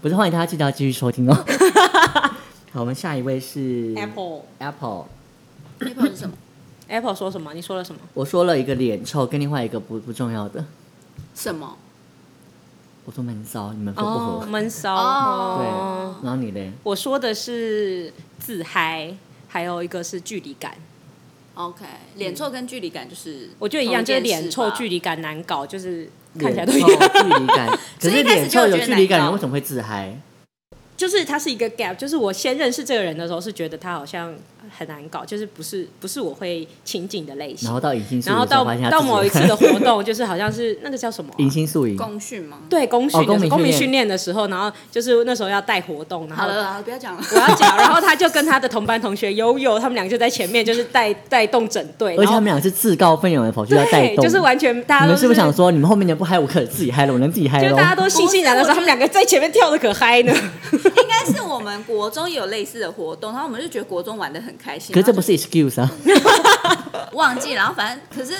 S1: 不是欢迎大家记得要继续收听哦。 好，我们下一位是
S3: Apple
S1: Apple。
S2: 那朋友是什么？
S3: Apple 说什么？你说了什么？
S1: 我说了一个脸臭，跟另外一个不不重要的，
S2: 什么？
S1: 我说闷骚，你们说不合。
S3: 哦闷骚。
S1: 对
S2: 哦，
S1: 然后你嘞？
S3: 我说的是自嗨，还有一个是距离感。
S2: OK，脸臭跟距离感就是
S3: 嗯我觉得一
S1: 哦
S3: 样，就是脸臭，距
S2: 离。
S3: 离感难搞，就是
S1: 脸
S3: 看起来
S1: 臭
S3: 都一样。
S1: 距离 感，可
S2: 所以
S1: 是
S2: 一开始
S1: 脸臭
S2: 就
S1: 有
S2: 觉得
S1: 距离感，
S2: 难
S1: 人
S2: 搞
S1: 为什么会自嗨？
S3: 就是它是一个 gap，就是我先认识这个人的时候是觉得他好像很难搞，就是不是不是我会亲近的类型
S1: 然。后到隐形素
S3: 然
S1: 影
S3: 后
S1: 的时
S3: 到
S1: 候发现他
S3: 到
S1: 自己
S3: 某一次
S1: 很
S3: 的活 动，就是好像是那个叫什么啊、
S1: 隐形素影，
S2: 公训吗？
S3: 对公训
S1: 哦公
S3: 的时
S1: 民
S3: 候，公民
S1: 训练
S3: 训练的时候，然后就是那时候要带活动，然
S2: 好
S3: 后
S2: 了，好了，不要讲了。
S3: 我要讲，然后他就跟他的同班同学悠悠，他们两个就在前面，就是 带带动整队，
S1: 而且
S3: 然后
S1: 他们俩是自告奋勇的跑去要带
S3: 对，
S1: 动，
S3: 就是完全大家
S1: 你
S3: 都
S1: 们是不是想哦说你们后面的不嗨，我可以自己嗨了，我能自己嗨
S3: 就是
S1: 喽
S3: 大？家都悻悻然的时候，他们两个在前面跳的可嗨呢。
S2: 应该是我们国中也有类似的活动，然后我们就觉得国中玩的很开 心。
S1: 可是这
S2: 然
S1: 不
S2: 后
S1: 是 excuse 啊，
S2: 就忘记，然后反正可是。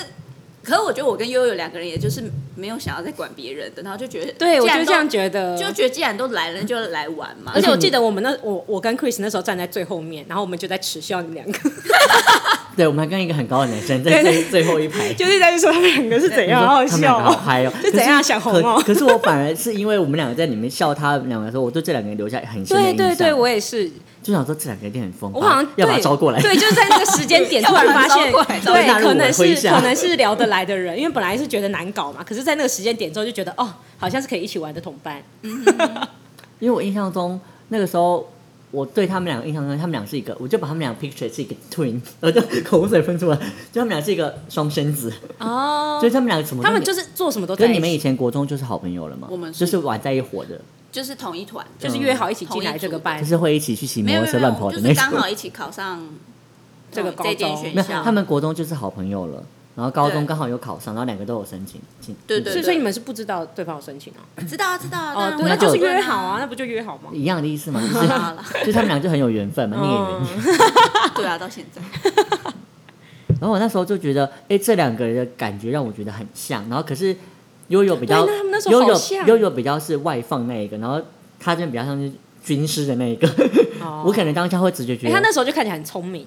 S2: 可是我觉得我跟悠悠两个人，也就是没有想要再管别人的，然后就觉得，
S3: 对，我
S2: 既然
S3: 就这
S2: 都
S3: 样觉得。
S2: 就觉得既然都来了，就来玩嘛
S3: 而。
S1: 而
S3: 且
S1: 且
S3: 我
S1: 你
S3: 记得我们那我我跟 Chris 那时候站在最后面，然后我们就在耻笑你们两个，
S1: 对，我们还跟一个很高的男生在
S3: 对
S1: 最最后一排。
S3: 就是在说他们两个是怎
S1: 你说
S3: 样，好好
S1: 他们两
S3: 笑
S1: 个好
S3: 哦。
S1: 嗨哦！
S3: 就
S1: 可
S3: 怎样
S1: 是
S3: 想红哦
S1: 可可是我反而是因为我们两个在里面笑他们两个的时候，我对这两个人留下很深的
S3: 对
S1: 印象。
S3: 对对，我也是，
S1: 就想说这两个一定很疯吧，啊
S3: 我好像
S1: 要把他
S3: 对
S1: 招过来。
S3: 对，就是在那个时间 点突然发现
S2: 要把他，招过
S1: 来
S3: 对
S1: 纳，入我的
S3: 可能
S1: 麾
S3: 是
S1: 下
S3: 可能是聊得来的人，因为本来是觉得难搞嘛，可是，在那个时间点之后就觉得哦，好像是可以一起玩的同伴。
S1: 因为我印象中那个时候，我对他们两个印象中，他们俩是一个，我就把他们俩 picture 是一个 twin，我 就口水喷出来，就他们俩是一个双生子，
S3: 哦
S1: 所以他们俩什么都
S3: 他们
S1: 没
S3: 就是做什么都在
S1: 跟
S3: 一
S1: 你们以
S3: 起，
S1: 前国中就是好朋友了嘛，
S2: 我们是
S1: 就是玩在一伙的，
S2: 就是同一团，
S3: 就是约好一起进来这个班
S1: 就，是会一起去骑
S2: 没
S1: 摩
S2: 有
S1: 托
S2: 哎没有
S1: 车
S2: 没有，
S1: 乱
S2: 我
S1: 跑的
S2: 们就
S1: 那
S2: 是刚
S1: 种。
S2: 好一起考上
S3: 这个
S2: 同
S3: 高
S2: 这间
S3: 中
S2: 学
S1: 没有，
S2: 校。
S1: 他们国中就是好朋友了，然后高中
S2: 对
S1: 刚好有考上，然后两个都有申请进。
S2: 对
S1: 进
S2: 对
S3: 所以所以你们是不知道对方有申请啊？
S2: 知道啊知道啊，当
S3: 哦
S2: 然，
S3: 对
S2: 会
S3: 那
S1: 那
S3: 就是
S2: 讨论
S3: 约好 啊，那不就约好吗？
S1: 一样的意思嘛，就
S2: 好啦好啦
S1: 是就是他们俩就很有缘分嘛，
S2: 哦
S1: 孽缘。
S2: 对啊，到现在
S1: 然后我那时候就觉得，哎，这两个人的感觉让我觉得很像。然后可是悠悠比较
S3: 对那他们那，时候
S1: 悠
S3: 好
S1: 悠
S3: 像
S1: 悠悠比较是外放那一个，然后他就比较像是军师的那一个。
S3: 哦
S1: 我可能当下会直觉觉
S3: 哎，他
S1: 得，
S3: 那时候就看起来很聪明，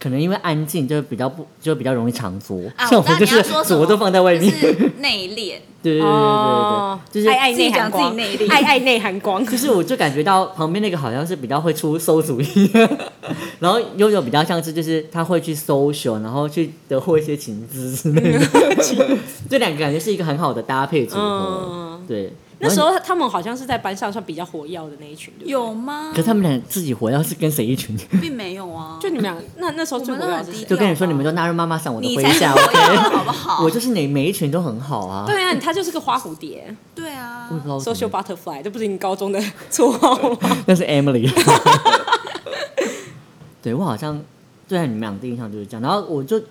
S1: 可能因为安静就比较不就比较容易长足，
S2: 啊，
S1: 像
S2: 我知道
S1: 就
S2: 你要
S1: 是
S2: 说什
S1: 左
S2: 么
S1: 都放在外面
S2: 就。是内 敛，
S1: 对对对对对
S3: 哦，
S1: 对，就是
S3: 爱爱内涵光，
S2: 自己讲自己内力
S3: 爱爱内涵光，
S1: 就是我就感觉到旁边那个好像是比较会出馊主意， 然后悠悠比较像是就是他会去搜寻，然后去得获一些情资之类的， 这两个感觉是一个很好的搭配组合。
S3: 嗯。
S1: 对，
S3: 那时
S1: 然后
S3: 候他们好像是在班上算比较活跃的那一群，对不对
S2: 有吗
S1: 你可？是他们俩自己活要是跟谁一群，
S2: 并没有啊，
S3: 就你们俩那那时候最活跃的是
S2: 我们都很低
S3: 谁
S2: 调
S1: 就跟你说你们都纳入妈妈上我的
S2: 你
S1: 麾
S2: 才
S1: 下
S2: 活跃
S1: ，OK？
S2: 好不好？
S1: 我就是你每一群都很好啊，
S3: 对啊，他就是个花蝴蝶
S2: 对啊
S1: 我，也不知道为什
S3: ，social
S1: 么
S3: butterfly，这不是你高中的绰号吗？
S1: 那是 Emily。对我好像对你们俩的印象就是这样，然后我就，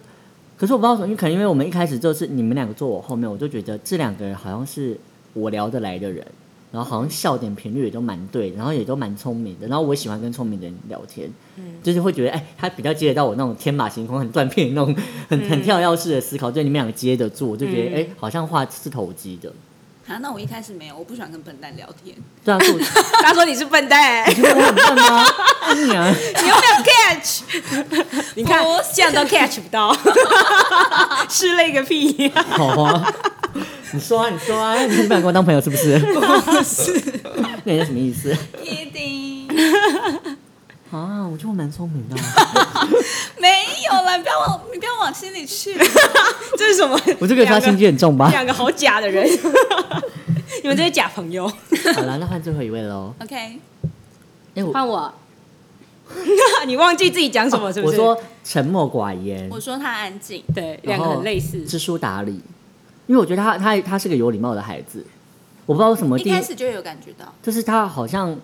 S1: 可是我不知道为什么，因为可能因为我们一开始就是你们两个坐我后面，我就觉得这两个人好像是我聊得来的人，然后好像笑点频率也都蛮对，然后也都蛮聪明的，然后我喜欢跟聪明的人聊天，就是会觉得哎，他比较接得到我那种天马行空、很断片、那种很很跳跃式的思考，就你们两个接得住，我就觉得
S3: 嗯
S1: 哎、好像话是投机的，
S2: 啊，那我一开始没有，我不喜欢跟笨蛋聊天，
S1: 对啊，是我
S3: 他说你是笨 蛋，
S1: 你觉得我很笨吗？ 哎呀。
S3: 你有没有 catch？你看
S2: 不是
S3: 这样都 catch 不 到，是累个屁！
S1: 好啊，你说啊，你说啊，你不想跟我当朋友是不 是？那你是什么意思
S2: 一定
S1: 啊？我觉得我蛮聪明的啊，
S2: 没有啦，你不要往你不要往心里去。
S3: 这是什么？
S1: 我就觉得他心机很重吧。
S3: 两个好假 的人，你们这些假朋友。
S1: 好了，那换最后一位 喽。
S2: OK，
S1: 哎，我
S3: 换我， 哦你忘记自己讲什么是不
S1: 我
S3: 是？
S1: 说沉默寡言
S2: 我，说他安静，
S3: 对，
S1: 然
S3: 两
S1: 后
S3: 个很类似，
S1: 知书达理，因为我觉得他他他是个有礼貌的孩子。我不知道为什么
S2: 一
S1: 第
S2: 开始就有感觉到，
S1: 就是他好像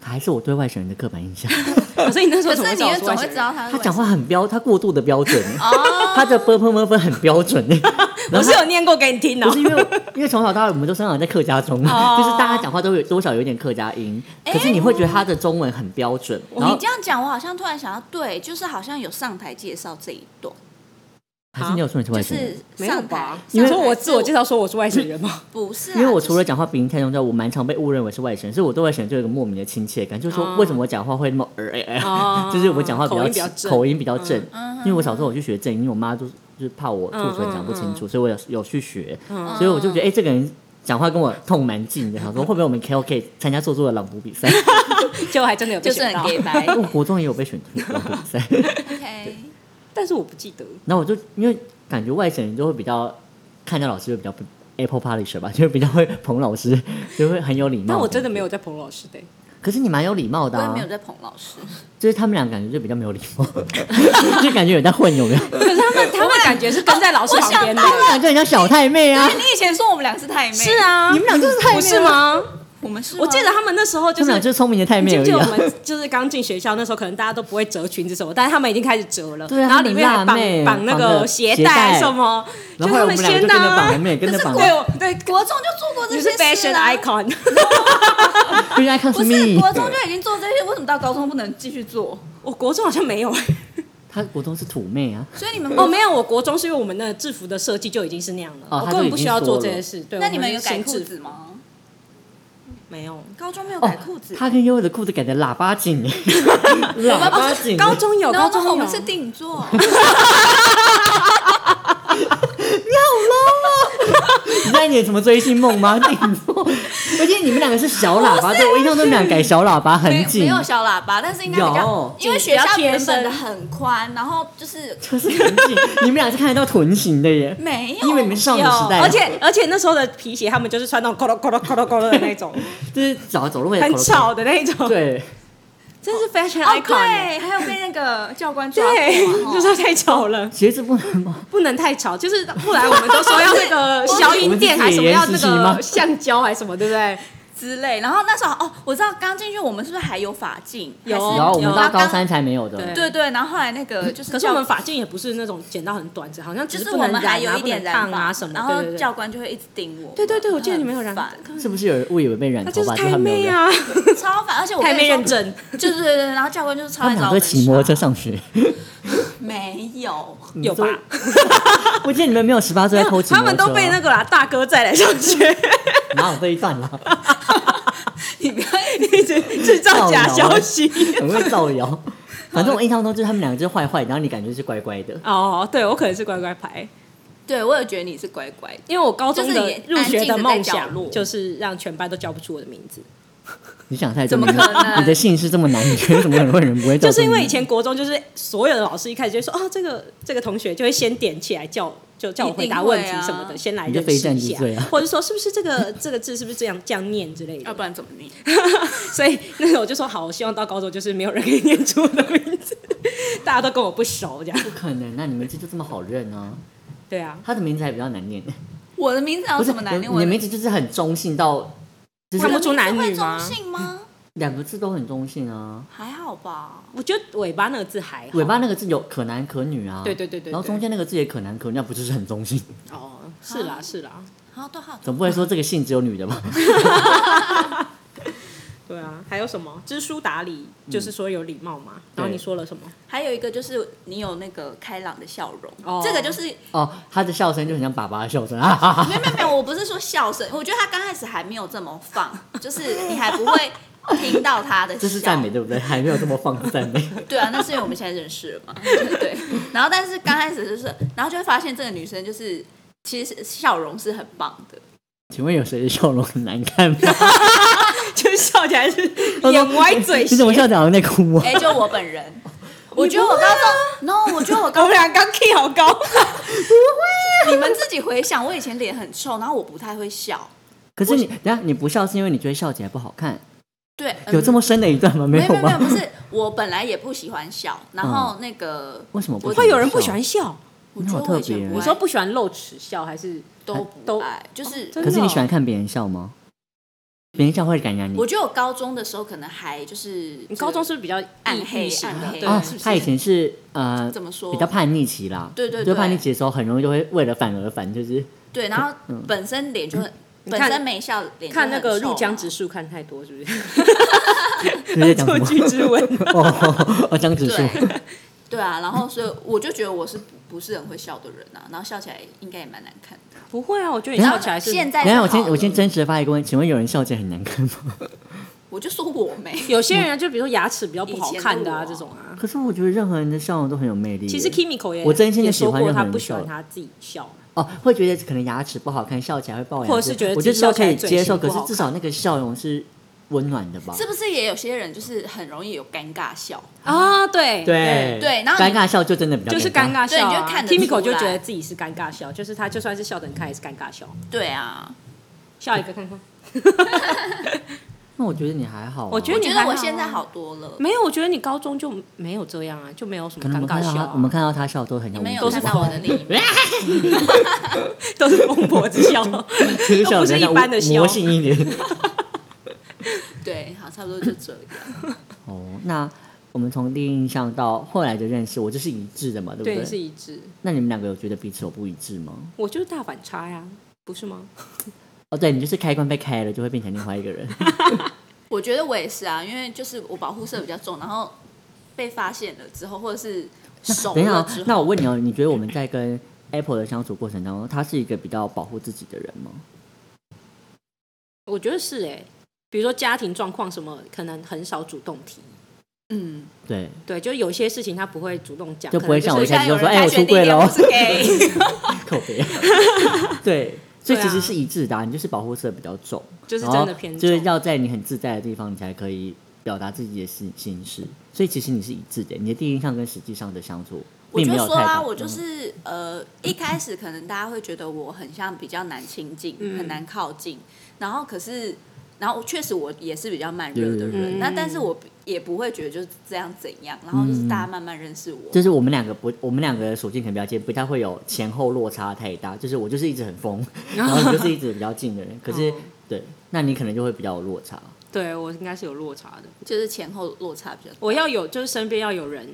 S1: 还是我对外省人的刻板印象，
S3: 可哦是你那时候
S2: 可
S3: 怎么会
S2: 是你
S3: 找我
S2: 又
S3: 出
S2: 总
S3: 来
S2: 会
S3: 选
S2: 知道 他
S1: 他
S2: 会
S1: 讲话很标，他过度的标准，
S2: 哦，
S1: 他的啵 啵啵啵很标准。 然
S3: 我
S1: 后
S3: 是有念过给你听的
S1: 不。是因为我因为从小到大我们都生长在客家中嘛，
S3: 哦
S1: 就是大家讲话都有多少有点客家音，可是你会觉得他的中文很标准，然
S2: 你
S1: 后
S2: 这样讲，我好像突然想到，对，就是好像有上台介绍这一段，
S1: 还是你有说你是外
S2: 就
S1: 省人
S2: 是？
S3: 没有
S2: 上台
S3: 吧？，
S2: 因
S3: 你
S2: 为
S3: 说我自我介绍说我是外省人吗？
S2: 不是啊，
S1: 因为我除了
S2: 就是
S1: 讲话鼻音太重之外，我蛮常被误认为是外省，所以我对外省就有一个莫名的亲切感，就是说
S3: 哦
S1: 为什么我讲话会那么儿哎哎，
S3: 哦
S1: 就是我讲话比
S3: 口音比
S1: 较
S3: 较正
S1: 口音比较正，
S2: 嗯
S1: 因为我小时候我去学正音，因为我妈就是就是怕我吐唇讲不清楚，所以我有有去学，
S2: 嗯
S1: 所以我就觉得哎、这个人讲话跟我痛蛮近的，想说会不会我们 KOK 参加做作的朗读比赛？
S3: 结果还真的有被
S2: 就是
S3: 选
S2: 很
S3: 到，
S2: gay 白
S1: 因为我国中也有被选朗读比赛，
S2: ，OK，
S3: 但是我不记得。
S1: 然后我就因为感觉外省人就会比较看到老师就比较不 Apple Polish 吧， 就是比较会捧老师， 就会很有礼貌。
S3: 但我真的没有，在彭老师的欸、
S1: 可是你蛮有礼貌的、
S2: 我也
S1: 啊
S2: 没有，在捧老师，
S1: 就是他们俩感觉就比较没有礼貌， 就感觉有在混，有没 有？
S3: 可是他们他们感觉是跟在老师旁边的
S2: 我。
S1: 他们俩就很像小太妹啊
S2: 哎，，你以前说我们俩是太妹，
S3: 哦是，啊，
S1: 你们俩就是太妹啊
S3: 不是吗？
S2: 我们是吗，
S3: 我记得他们那时候
S1: 他
S3: 就
S1: 们
S3: 是
S1: 俩就是聪明的太
S3: 你
S1: 妹
S3: 记
S1: 而已、
S3: 不记得我
S1: 啊。
S3: 们就是刚进学校那时候，可能大家都不会折裙子什么，但是他们已经开始折了。
S1: 对啊
S3: 然后里面
S1: 他
S3: 还
S1: 们辣
S3: 绑
S1: 妹
S3: 绑那
S1: 绑
S3: 个
S1: 的
S3: 鞋
S1: 鞋带
S3: 带什么，就
S1: 然
S3: 是
S1: 后后来我们俩
S3: 他
S1: 就
S3: 先
S1: 跟
S3: 的
S1: 着绑
S3: 啊。
S1: 了妹， 跟着绑
S3: 对
S1: 了，
S3: 我对，
S2: 国中就做过这
S3: 你是
S2: 些
S3: fashion
S2: 事啊，
S3: icon，
S1: 不是 I c o
S2: 不
S1: s
S2: 是国中
S1: me。
S2: 就已经做这些，为什么到高中不能继续做？
S3: 我国中好像没有 欸
S1: 他国中是土妹啊，
S2: 所以你们
S3: 哦，没有，我国中是因为我们的制服的设计就已经是那样了，
S1: 哦
S3: 我
S1: 他
S3: 根
S1: 都已
S3: 本
S1: 经
S3: 不需要
S1: 说
S3: 做
S1: 了
S3: 这些事。对，
S2: 那你们
S3: 我
S2: 有
S3: 是
S2: 改
S3: 新
S2: 裤
S3: 制
S2: 子
S3: 服？
S2: 吗？
S3: 没有，
S2: 高中没有改裤子，
S1: 他跟优的裤子改的喇叭欸紧， 喇叭紧。
S3: 高中有，
S2: 然
S3: 高
S2: 后
S3: 中
S2: 我
S3: 有
S2: 们是 定做，
S1: 你在演什么追星梦吗？顶多 而且你们两个是小喇叭，对我印象中你们俩改小喇叭
S2: 没
S1: 很
S2: 没
S1: 紧，
S2: 有小喇叭，但是应该比
S1: 有
S2: 较，因为学
S3: 比较
S2: 校
S3: 贴
S2: 原本的
S3: 身
S2: 很宽，然后就是
S1: 就是很 紧。你们俩是看得到臀型的耶，
S2: 没有，哦
S1: 因为你们是少女时代，
S3: 而且而且那时候的皮鞋，他们就是穿那种咯咯咯咯咯咯咯的那 种，
S1: 就是走走路会
S3: 很。吵的那种，
S1: 对，
S3: 真是 fashion
S2: 哦
S3: icon 欸。
S2: 对，还有被那个教官抓过，
S3: 对，
S2: 哦
S3: 就说太吵了，
S1: 鞋子不能吗？
S3: 不能太吵。就是后来我们都说要那个消音垫，还什么要那个橡胶，还什么，对不对？
S2: 之类。然后那时候哦，我知道刚进去我们是不是还有法镜？
S3: 有
S2: 还是
S1: 然后我们
S3: 有
S1: 到
S3: 啊
S1: 高三才没有的
S3: 对，
S2: 对对，然后后来那个就是
S3: 可是我们
S2: 教
S3: 发髻也不是那种剪到很短子，好像
S2: 就
S3: 只
S2: 是
S3: 不
S2: 我
S3: 能
S2: 们
S3: 染
S2: 还
S3: 啊
S2: 有一
S3: 不
S2: 点
S3: 能
S2: 染
S3: 烫
S2: 发
S3: 啊什么，
S2: 然后
S3: 对对对
S2: 教官就会一直盯我。
S3: 对对对，我记得你们有染
S2: 很 烦，
S1: 是不是有人误以为被染
S3: 那
S1: 头
S3: 就是
S1: 发？
S3: 太
S1: 他没
S3: 妹
S1: 有染。
S3: 啊，
S2: 超烦，而且 我
S3: 太
S2: 跟
S3: 妹
S2: 你说
S3: 认，真。
S2: 对对对，对然后教官就是超
S1: 他
S2: 爱
S1: 们
S2: 找
S1: 俩
S2: 我
S1: 都
S2: 们
S1: 骑摩托车
S2: 耍
S1: 上 学，
S2: 没有，
S3: 有吧
S1: 你说？我记得你们没有十八岁在偷骑摩
S3: 他
S1: 托车啊，
S3: 们都被那个啦大哥再来上学，
S1: 哪有这一段啦？
S2: 你不要
S3: 一直制造假消息。
S1: 很会造谣。反正我印象中就是他们两个就是坏坏，然后你感觉是乖乖的。
S3: 哦，对我可能是乖乖牌，
S2: 对我也觉得你是乖乖的，
S3: 因为我高中
S2: 就是
S3: 的
S2: 也
S3: 入学的梦
S2: 安静地在角落
S3: 想就是让全班都叫不出我的名字，
S1: 你想太多
S2: 怎么
S1: 了
S2: 可能
S1: 你的姓氏这么难，你觉得怎么可能会有人不会叫
S3: 就
S1: 出
S3: 是因为
S1: 你
S3: 以前国中就是所有的老师一开始就说哦，这个这个同学就会先点起来叫。就叫我回答问题什么
S2: 一定会
S3: 的，
S2: 啊
S3: 先来
S1: 你就
S3: 认识
S1: 非战
S3: 一
S1: 之
S3: 下
S1: 罪啊，
S3: 或者说是不是这个这个字是不是这样这样念之类
S2: 要
S3: 的。
S2: 不然怎么念？
S3: 所以那时候我就说好，我希望到高中就是没有人可以念出我的名字， 大家都跟我不熟这样。
S1: 不可能，那你们字就这么好认啊？
S3: 对啊，
S1: 他的名字还比较难念，
S2: 我的名字
S3: 哦
S2: 有
S1: 不是
S2: 什么难念？
S1: 你
S2: 我
S1: 的
S2: 的
S1: 名字就是很中性到，就是
S3: 看不
S2: 我的
S3: 出男
S2: 名字会
S3: 女吗
S2: 中性吗？
S1: 两个字都很中性啊。
S2: 还好吧，
S3: 我觉得尾巴那个字还好，
S1: 尾巴那个字有可男可女啊，
S3: 对对对对对
S1: 然后中间那个字也可男可女，那不就是很中性？
S3: 哦，是啦是啦，
S2: 好都好，
S1: 总不会说这个姓只有女的 吧？
S3: 对啊，还有什么知书达理，就是说有礼貌嘛。然后
S1: 嗯对
S3: 你说了什么？
S2: 还有一个就是你有那个开朗的笑容，
S3: 哦
S2: 这个就是
S1: 哦，他的笑声就很像爸爸的笑声啊哈哈哈
S2: 没有没有没有，我不是说笑声，我觉得他刚开始还没有这么放， 就是你还不会听到他的笑。
S1: 这是赞美对不对？还没有这么放赞 美，
S2: 对啊，那是因为我们现在认识了嘛， 对。然后但是刚开始就是，然后就会发现这个女生就是其实笑容是很棒的，
S1: 哦请问有谁的笑容很难看吗？
S3: 就笑起来是
S1: 说
S3: 眼歪嘴斜。
S1: 你怎么笑得好像在哭啊？
S2: 哎、就我本人，我觉得我高中，no，我觉得我
S3: 我
S2: 高
S3: 们俩刚 key 好高，
S2: 你们自己回想，我以前脸很臭，然后我不太会笑，
S1: 可是你，等一下你不笑是因为你觉得笑起来不好看，
S2: 对，嗯
S1: 有这么深的一段吗？
S2: 没有嗯没有没有，
S1: 吗？
S2: 不是我本来也不喜欢笑，然后那个、
S1: 为什么不
S2: 我
S1: 喜欢
S3: 会有人不喜欢笑。
S2: 我觉得
S1: 你好
S2: 我
S1: 特
S2: 以前
S1: 别
S2: 不
S1: 哦
S2: 爱
S3: 你说不喜欢露齿笑还是？
S2: 都不
S3: 都
S2: 爱，就是
S3: 真的
S1: 可是你喜欢看别人笑吗？别人笑会感染你
S2: 我。觉得我高中的时候可能还就是
S3: 你高中是不是比较
S2: 啊
S3: 抑郁型
S2: 暗
S3: 的
S2: 黑暗黑
S1: 哦
S3: 对，是不，
S1: 他以
S3: 是？
S1: 前是呃，
S2: 怎么说
S1: 比较叛逆期啦。
S2: 对对
S1: 就
S2: 对
S1: 叛逆期的时候，很容易就会为了反而反，就是
S2: 对，然后本身脸就很、本
S3: 看
S2: 身没笑脸就
S3: 看那个
S2: 很臭
S3: 入江
S2: 嘛
S3: 指数看太多，是不是？
S1: 就是在讲 什
S3: 错
S1: 么
S3: 句之文。
S1: 哦哦，哦江直树，
S2: 对对啊，然后所以我就觉得我是不不是很会笑的人啊，然后笑起来应该也蛮难看的。
S3: 不会啊，我觉得你笑起来是
S2: 现在
S1: 等一下，我
S2: 就好
S1: 先我先
S2: 了
S1: 真实的发一个问，请问有人笑起来很难看吗？
S2: 我就说我没，
S3: 有些人啊就比如说牙齿比较不好看的啊
S2: 以前的我
S3: 这种啊。
S1: 可是我觉得任何人的笑容都很有魅力耶。
S3: 其实 Kimiko 也
S1: 我真心的
S3: 也
S1: 喜
S3: 说
S1: 欢
S3: 过
S1: 任何
S3: 他
S1: 人
S3: 不
S1: 的
S3: 喜
S1: 笑
S3: 欢
S1: 容
S3: 他自己笑，
S1: 哦，会觉得可能牙齿不好看，笑起来会龅牙，
S3: 或者是觉得
S1: 我就
S3: 自己
S1: 知道
S3: 笑起
S1: 可
S3: 来
S1: 以
S3: 嘴
S1: 接
S3: 型
S1: 受，
S3: 不
S1: 可是
S3: 好
S1: 至少那个笑容是温暖的吧？
S2: 是不是也有些人就是很容易有尴尬笑？
S3: 啊，对
S1: 对
S2: 对然后
S1: 尴
S2: 你
S1: 尬笑就真的比较
S3: 就是尴尬
S2: 对
S3: 笑
S2: 你就
S3: 啊
S2: 看得出来
S3: ，Kimiko 就觉得自己是尴尬笑，就是他就算是笑得很开也是尴尬笑，
S2: 对啊，
S3: 笑一个看看。
S1: 那我觉得你还好啊、
S3: 我觉得
S2: 我
S3: 你
S2: 觉
S3: 还
S2: 得
S3: 好
S2: 我
S3: 啊
S2: 现在好嗯多了。
S3: 没有，我觉得你高中就没有这样啊，就没有什
S1: 可
S3: 么
S1: 能我们
S3: 尴尬
S1: 看到
S3: 笑
S1: 他，
S3: 啊，
S1: 我们看到他笑都很
S2: 你
S1: 像
S2: 们
S1: 温
S2: 有
S1: 柔
S2: 看到我的另一面？
S3: 都是疯婆子 笑，
S1: 这个 笑
S3: 都不
S1: 比较
S3: 是
S1: 像
S3: 一般的笑
S1: 魔。性一点。
S2: 对，好，差不多就这样。
S1: 哦，那我们从第一印象到后来的认识，我这是一致的嘛，对不
S3: 对，
S1: 对？
S3: 是一致。
S1: 那你们两个有觉得彼此有不一致吗？
S3: 我就是大反差呀、不是吗？
S1: 哦，对你就是开关被开了，就会变成另外一个人。
S2: 我觉得我也是啊，因为就是我保护色比较重，然后被发现了之后，或者是熟
S1: 等一下
S2: 了
S1: 啊
S2: 之，后，
S1: 那我问你哦，你觉得我们在跟 Apple 的相处过程当中，他是一个比较保护自己的人吗？
S3: 我觉得是哎、比如说家庭状况什么，可能很少主动提。
S2: 嗯，
S1: 对，
S3: 对，就有些事情他不会主动讲，
S1: 就不会像我
S3: 可能
S1: 一
S3: 就是
S1: 开始就说，
S2: 现在
S1: 哎，
S2: 有人
S1: 我
S2: 开学
S1: 出柜
S2: 第一
S1: 了
S2: 天
S1: 哦
S2: 我，是 gay，
S1: 口碑。对，所以
S3: 对啊
S1: 其实是一致的、啊，你就是保护色比较重，
S3: 就是
S1: 然后
S3: 真的偏
S1: 哦就是
S3: 重
S1: 要在你很自在的地方，你才可以表达自己的心心事。所以其实你是一致的，你的第一印象跟实际上的相处
S2: 我
S1: 并
S2: 就
S1: 没有
S2: 说
S1: 太
S2: 啦、
S1: 大。
S2: 我就
S1: 嗯
S2: 是呃，一开始可能大家会觉得我很像比较难亲近，
S3: 嗯
S2: 很难靠近。然后可是，然后确实我也是比较慢热
S1: 对
S2: 的
S1: 对嗯
S3: 对
S2: 人，那但是我也不会觉得就是这样怎样。然后就是大家慢慢认识我，
S1: 就是我们两个不，我们两个属性可能比较近，不太会有前后落差太大。就是我就是一直很 疯，然后你就是一直比较近的人。可是、
S3: 哦
S1: 对，那你可能就会比较有落差。
S3: 对我应该是有落差的。
S2: 就是前后落差比较大。
S3: 我要有，就是身边要有人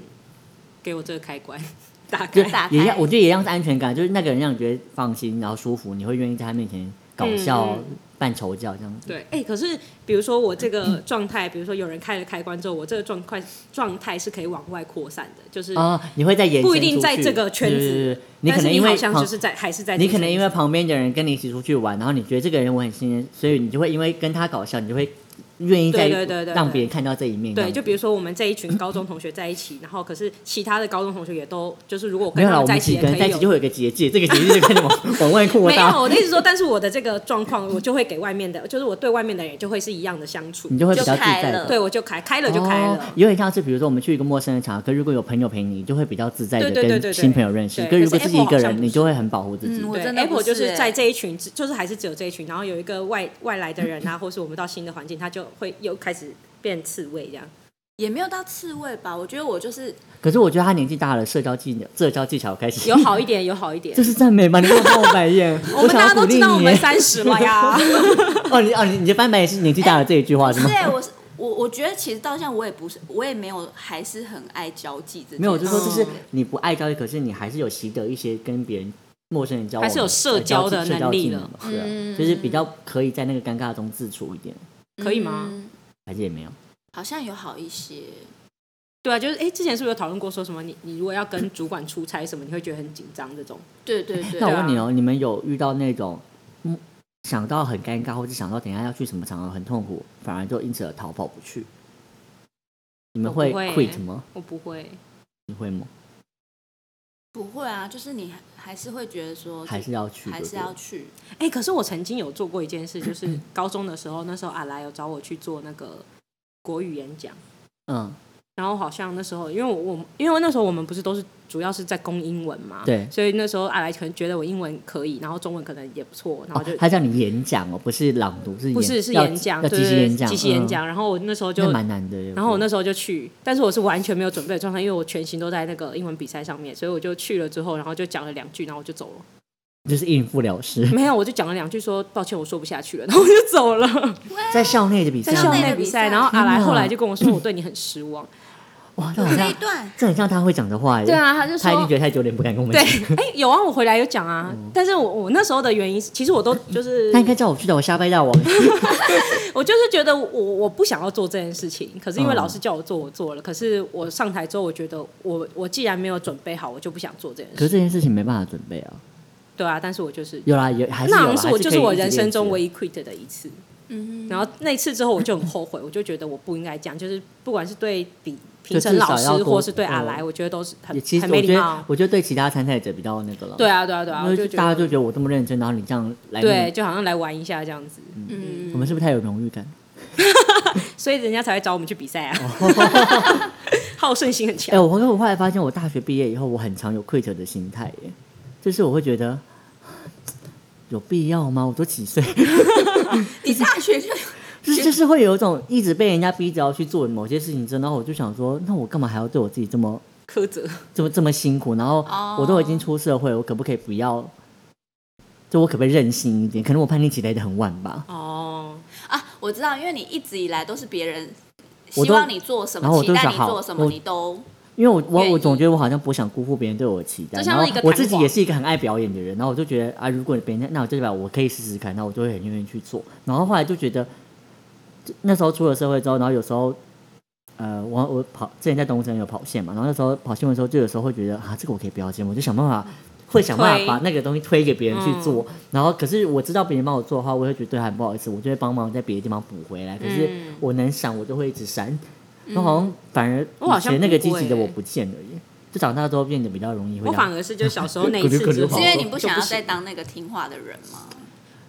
S3: 给我这个开关 打
S1: 就
S3: 开。
S2: 打
S1: 也要，
S2: 开
S1: 我觉得也让是安全感，就是那个人让你觉得放心，然后舒服，你会愿意在他面前搞笑、
S3: 嗯
S1: 扮丑角这样子。
S3: 对，哎、可是比如说我这个状态，比如说有人开了开关之后，我这个状态状态是可以往外扩散的，就是
S1: 啊、你会在延伸
S3: 不一定
S1: 出
S3: 在
S1: 去
S3: 这个圈
S1: 对
S3: 子
S1: 对对对你
S3: 但
S1: 可
S3: 是
S1: 能
S3: 你
S1: 因为
S3: 好像
S1: 旁
S3: 就是在还是在这
S1: 你
S3: 个
S1: 可能因为
S3: 圈子
S1: 旁边的人跟你一起出去玩，然后你觉得这个人我很信任，所以你就会因为跟他搞笑，你就会愿意在
S3: 对对对对
S1: 让
S3: 对
S1: 别人看到这一面这样
S3: 对，
S1: 子。
S3: 就比如说我们这一群高中同学在一起，然后可是其他的高中同学也都就是如果我
S1: 没
S3: 跟
S1: 有
S3: 他
S1: 啦，我
S3: 们在
S1: 们
S3: 一起
S1: 几
S3: 也
S1: 个人在
S3: 可
S1: 一
S3: 以
S1: 起
S3: 有
S1: 就会有一个结界，这个结界就开始 往往外扩
S3: 没有，
S1: 大，
S3: 我的意思说，但是我的这个状况，我就会给外面的，就是我对外面的人就会是一样的相处
S1: 你，就会比较自
S2: 就开
S1: 在
S2: 了
S3: 对我就开开了就开
S1: 哦
S3: 了，
S1: 有点像是比如说我们去一个陌生的场合，可如果有朋友陪你，你就会比较自在的
S3: 对对对对
S1: 跟
S3: 对
S1: 新朋友认识。
S3: 对
S1: 可如果
S3: 可是
S1: 自己一个
S3: Apple 好像
S1: 人，
S3: 不
S1: 你就会很保护自己
S2: 嗯。我
S3: 对
S2: 真的不
S3: Apple 就是是
S2: 欸
S3: 在这一群，就是还是只有这一群，然后有一个外外来的人啊，或是我们到新的环境，他就会又开始变刺猬这样。
S2: 也没有到刺猬吧？我觉得 我就是
S1: 可是我觉得他年纪大了，社交技社交技巧开始
S3: 有 好一点，有好一点
S1: 这。是赞美吗？你给我翻我白眼，
S3: 我们
S1: 想要
S3: 大家都
S1: 鼓励
S3: 知道我
S1: 你
S3: 们
S1: 耶
S3: 三十 了呀，
S1: 哦，你哦，你你的翻白眼是年纪大了这一句话是
S2: 是
S1: 啊吗？
S2: 欸我是我，我觉得其实到现在我也不是，我也没有，还是很爱交际这件事。
S1: 没有，我就说这是
S3: 嗯
S1: 你不爱交际，可是你还是有习得一些跟别人陌生人交往的，呃
S3: 还是有社交的
S1: 社交
S3: 能力
S1: 技能
S3: 了
S1: 嘛对啊，
S2: 嗯
S1: 就是比较可以在那个尴尬中自处一点，
S3: 可以吗
S2: 嗯
S1: 还是也没有。
S2: 好像有好一些，
S3: 对啊，就是哎，之前是不是有讨论过说什么你你如果要跟主管出差什么，你会觉得很紧张这种？
S2: 对对
S3: 啊
S2: 对。
S1: 那我问你哦，你们有遇到那种嗯想到很尴尬，或者想到等一下要去什么场合很痛苦，反而就因此而逃跑不去？你们
S3: 我不
S1: 会
S3: 会
S1: quit 吗？
S3: 我不会，
S1: 你会吗？
S2: 不会啊，就是你还还是会觉得说，
S1: 还是要去？
S2: 还
S1: 对
S2: 是
S1: 不对
S2: 要去。
S3: 哎、可是我曾经有做过一件事，就是高中的时候，那时候阿来有找我去做那个国语演讲，
S1: 嗯，
S3: 然后好像那时候，因为我我因为那时候我们不是都是主要是在攻英文嘛，
S1: 对
S3: 所以那时候阿来可能觉得我英文可以，然后中文可能也不错，然后
S1: 哦
S3: 就、，
S1: 他叫你演讲哦，不是朗读，是
S3: 不
S1: 演
S3: 是是
S1: 要
S3: 演讲，
S1: 要
S3: 对
S1: 即
S3: 对
S1: 席
S3: 对
S1: 演讲，
S3: 即席演
S1: 嗯
S3: 讲，然后我那时候就
S1: 那蛮难的耶。
S3: 然后我
S1: 那
S3: 那时候就去，但是我是完全没有准备的状态，因为我全心都在那个英文比赛上面，所以我就去了之后，然后就讲了两句，然后我就走了。
S1: 就是应付了事，
S3: 没有，我就讲了两句说抱歉，我说不下去了， 然后我就走了。
S1: 在校内的比赛
S3: 在
S1: 吗，
S3: 校
S2: 校内
S3: 内
S2: 的
S3: 比
S2: 比
S3: 赛，
S2: 赛
S3: 然后阿
S1: 天
S3: 来
S1: 哪
S3: 后来就跟我说我对你很失望，
S1: 哇，这好
S2: 那
S1: 像
S2: 一段
S1: 这很像他会讲的话耶。
S3: 对啊他就
S1: 他一定嗯
S3: 说
S1: 觉得太丢脸，不敢跟我们
S3: 对
S1: 讲。，
S3: 哎、有啊，我回来有讲啊，但是我我那时候的原因是，其实 我都就是
S1: 他应该叫我去找我瞎掰 大王。
S3: 我就是觉得我我不想要做这件事情，可是因为
S1: 嗯
S3: 老师叫我做，我做了。可是我上台之后，我觉得我我既然没有准备好，我就不想做这件
S1: 可是
S3: 事。
S1: 这件事情没办法准备啊。
S3: 对啊，但是我就是
S1: 有啦，有还是有
S3: 那
S1: 啦
S3: 好像是我
S1: 还
S3: 就是我
S1: 可以一直
S3: 人生中
S1: 练
S3: 唯
S1: 习啊
S3: 一 quit 的一次。嗯，然后那次之后我就很后悔，我就觉得我不应该这样，就是不管是对比评审
S1: 至少
S3: 老
S1: 要
S3: 师，
S1: 多
S3: 或是对阿
S1: 嗯
S3: 来，我觉得都是很
S1: 也其实
S3: 很
S1: 我
S3: 没礼
S1: 觉
S3: 貌
S1: 得，。我觉得对其他参赛者比较那个了。
S3: 对啊，对啊，对啊，
S1: 因
S3: 我
S1: 为
S3: 就觉
S1: 大家
S3: 得
S1: 就觉得我这么认真，然后你这样来，
S3: 对，，就好像来玩一下这样子，
S1: 嗯
S2: 嗯
S1: 我们是不是太有荣誉感？
S3: 嗯所以人家才会找我们去比赛啊，
S1: 哦
S3: 好胜心很强
S1: 哎、。我我后来发现，我大学毕业以后，我很常有 quit 的心态耶，就是我会觉得 有必要吗？我都几岁，
S2: 你大学就
S1: 就是就是会有一种一直被人家逼着要去做某些事情之后，然后我就想说，那我干嘛还要对我自己这么
S3: 苛责，
S1: 这么这么辛苦？然后
S2: 哦
S1: 我都已经出社会，我可不可以不要？就我可不可以任性一点？可能我叛逆期来的很晚吧。
S3: 哦，
S2: 啊，我知道，因为你一直以来都是别人
S1: 我
S2: 希
S1: 都
S2: 望你做什
S1: 然后
S2: 么，
S1: 我
S2: 期
S1: 都
S2: 待
S1: 想
S2: 你
S1: 好
S2: 做什么，
S1: 我
S2: 你都
S1: 因为我我
S2: 愿
S1: 我
S2: 意
S1: 总觉得我好像不想辜负别人对我的期待，然
S3: 就像
S1: 后
S3: 一个
S1: 我
S3: 弹
S1: 自己
S3: 簧
S1: 也是一个很爱表演的人，然后我就觉得啊，如果别人那我就代表我可以试试看，那我就会啊很愿意去做。然后后来就觉得，就啊那时候出了社会之后，然后有时候，呃，我我跑之前在东森有跑线嘛，
S3: 嗯
S1: 然后那时候跑新闻的时候，就有时候会觉得啊，这个我可以不要接，我就想办法会想办法
S3: 推
S1: 把那个东西推给别人去做。
S3: 嗯
S1: 然后可是我知道别人帮我做的话，我会觉得对他很不好意思，我就会帮忙在别的地方补回来。可是
S3: 嗯
S1: 我能闪，我就会一直闪。那好像反而
S3: 我好
S1: 以
S3: 像
S1: 前那个
S3: 不
S1: 积
S3: 会
S1: 极的我
S3: 欸
S1: 不见了耶，就长大之后变得比较容易会
S3: 我
S1: 这样
S3: 反而是就小时候那一次之
S1: 好
S3: 后，
S2: 是因为你
S3: 就
S2: 不想要
S3: 行
S2: 再，当那个听话的人吗？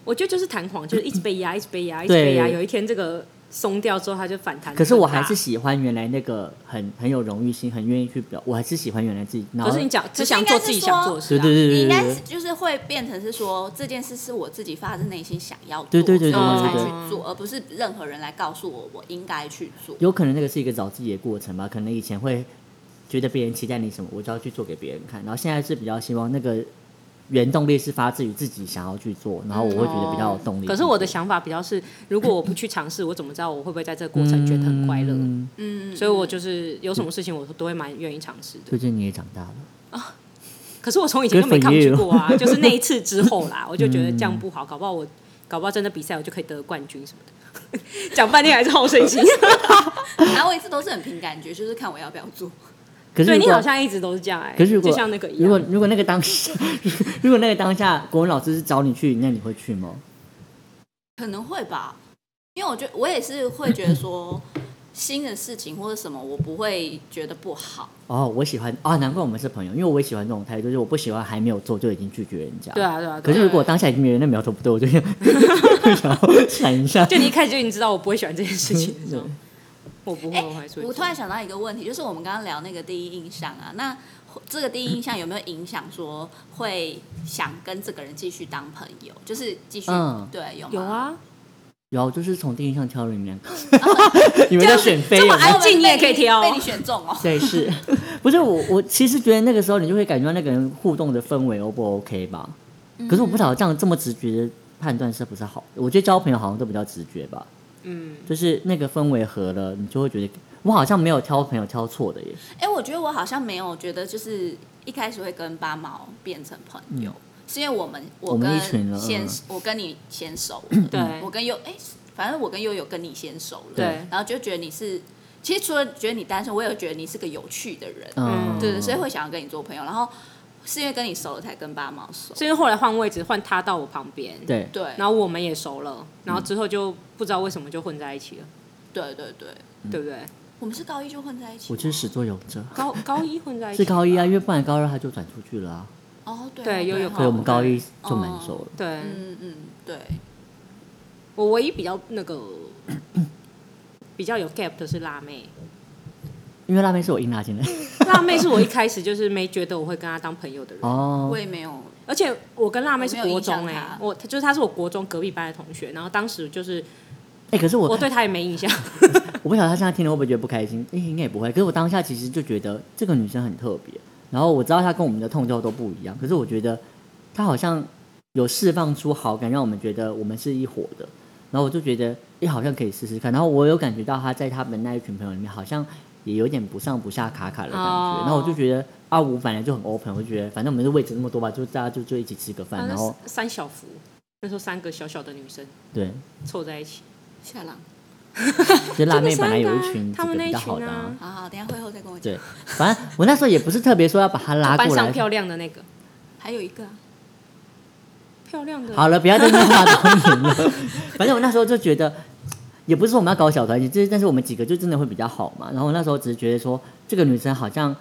S3: 我觉得就是弹簧，就是一直被压，一直被压，一直
S1: 对
S3: 被压，有一天这个松掉之后，它就反弹。
S1: 可是我还是，喜欢原来那个很很有荣誉心，很愿意去表，我还是喜欢原来自己。然
S3: 可
S1: 后
S3: 是你讲只
S2: 是
S3: 想
S2: 应该
S3: 做
S2: 是
S3: 自己
S2: 说
S3: 想做的事
S1: 对
S3: 啊，
S1: 对对
S2: 你
S1: 对
S2: 应该
S1: 对
S2: 是就是会变成是说这件事是我自己发自内心想要做，
S1: 对对对对
S2: 所以我
S3: 对
S2: 才
S3: 对
S2: 去做，而不是任何人来告诉我我应该去做。
S1: 有可能那个是一个找自己的过程吧，可能以前会觉得别人期待你什么，我就要去做给别人看，然后现在是比较希望那个原动力是发自于自己想要去做，然后我会觉得比较有动力。
S3: 嗯哦可是我的想法比较是，如果我不去尝试，我怎么知道我会不会在这个过程觉得很快乐？
S1: 嗯
S2: 嗯，
S3: 所以我就是有什么事情我都会蛮愿意尝试的。
S1: 最近你也长大了，
S3: 可是我从以前都没
S1: Good for
S3: 抗拒
S1: you
S3: 过啊， 就是那一次之后啦，我就觉得这样不好，搞不好我搞不好真的比赛我就可以得冠军什么的。 讲半天还是好胜 心，
S2: 然啊后我一直都是很凭感觉，就是看我要不要做。
S1: 可是
S3: 对
S1: 如
S3: 你
S1: 果
S3: 好像一直都是这样哎、
S1: 可是如果
S3: 就像那个一
S1: 如果
S3: 样，
S1: 如果那个当下， 如果那个当下国文老师是找你去，那你会去吗？
S2: 可能会吧，因为我觉得我也是会觉得说新的事情或者什么，我不会觉得不好。
S1: 哦，我喜欢啊、难怪我们是朋友，因为我也喜欢这种态度，就是我不喜欢还没有做就已经拒绝人家。
S3: 对。啊对啊。
S1: 可是
S3: 对啊
S1: 如果当下已经有那 苗头不对，我就想就想 要闪一下。
S3: 就你一开始就已经知道我不会喜欢这件事 情，
S1: 对
S3: 我不会，
S2: 哎
S3: 我还是会
S2: 我突然想到一个问题，就是我们刚刚聊那个第一印象啊，那这个第一印象有没有影响说会想跟这个人继续当朋友，就是继续、
S1: 嗯
S2: 对有吗
S3: 有，啊，
S1: 然后就是从第一印象挑了你们两个， 你们在选妃有
S3: 哦这么
S1: 吗
S3: 安？静你啊也可以挑
S2: 啊被你选中哦。
S1: 对，是不是我？我其实觉得那个时候你就会感觉到那个人互动的氛围 O 不 OK 吧？
S3: 嗯
S1: 可是我不晓得这样这么直觉的判断是不是好？我觉得交朋友好像都比较直觉吧。
S3: 嗯，
S1: 就是那个氛围合了，你就会觉得我好像没有挑朋友挑错的耶。
S2: 哎、我觉得我好像没有觉得，就是一开始会跟八毛变成朋友，
S1: 有，
S2: 是因为我们
S1: 嗯我
S2: 我
S1: 们
S2: 跟
S1: 一群人
S2: 先
S1: 嗯
S2: 我跟你先熟了，
S3: 对
S2: 我跟悠哎、反正我跟悠悠跟你先熟了，
S3: 对
S2: 然后就觉得你是，其实除了觉得你单身，我也觉得你是个有趣的人，
S1: 嗯，
S2: 对对，所以会想要跟你做朋友，然后是因为跟你熟了才跟八毛熟，
S3: 所以后来换位置，换他到我旁边，，
S1: 对
S2: 对，嗯
S3: 然后我们也熟了，然后之后就不知道为什么就混在一起了，
S2: 对对对，
S3: 对不对？
S2: 我们是高一就混在一起吗，
S1: 我就是始作俑者，
S3: 高高一混在一起
S1: 是
S3: 吧，
S1: 高一啊，因为不然高二他就转出去了啊，
S2: 哦，对
S3: 对悠悠
S2: 哈
S1: 所以我们高一
S2: 哦
S1: 就蛮熟了。
S3: 对，
S2: 嗯嗯对，
S3: 我唯一比较那个比较有 gap 的是辣妹，
S1: 因为辣妹是我硬拉进来
S3: 辣妹是我一开始就是没觉得我会跟她当朋友的人，
S1: 哦
S2: 我，也没有，
S3: 而且我跟辣妹是国中
S2: 我没有
S3: 哎、
S2: 印象她
S3: 我她就是她是我国中隔壁班的同学，然后当时就是
S1: 哎，可是我
S3: 我对她也没印象，
S1: 我不晓得他现在听了会不会觉得不开心，哎，应该也不会。可是我当下其实就觉得这个女生很特别，然后我知道她跟我们的痛调都不一样，可是我觉得她好像有释放出好感，让我们觉得我们是一伙的。然后我就觉得，哎，好像可以试试看。然后我有感觉到她在他们那一群朋友里面，好像也有点不上不下、卡卡的感觉。
S3: 哦
S1: 然后我就觉得阿五本来就很 open，我就觉得反正我们的位置那么多吧，就大家就就一起吃个饭，然后
S3: 啊那三小福，那时候三个小小的女生
S1: 对，
S3: 凑在一起，
S2: 下浪。
S1: 其实辣妹本来有一
S3: 就那三
S1: 群
S3: 个
S1: 几个
S3: 啊他们那
S1: 比
S3: 一
S1: 较
S3: 群
S1: 好的、
S3: 啊，
S2: 好好，等一下会后再跟我讲。
S1: 对，反正我那时候也不是特别说要把他拉
S3: 班
S1: 过
S3: 上
S1: 来。
S3: 漂亮的那个，
S2: 还有一个、啊，
S3: 漂亮 的，
S1: 好了，不要再弄话多人了。 反正我那时候就觉得，也不是说我们要搞小团体，就是但是我们几个就真的会比较好嘛。然后我那时候只是觉得说，这个女生好像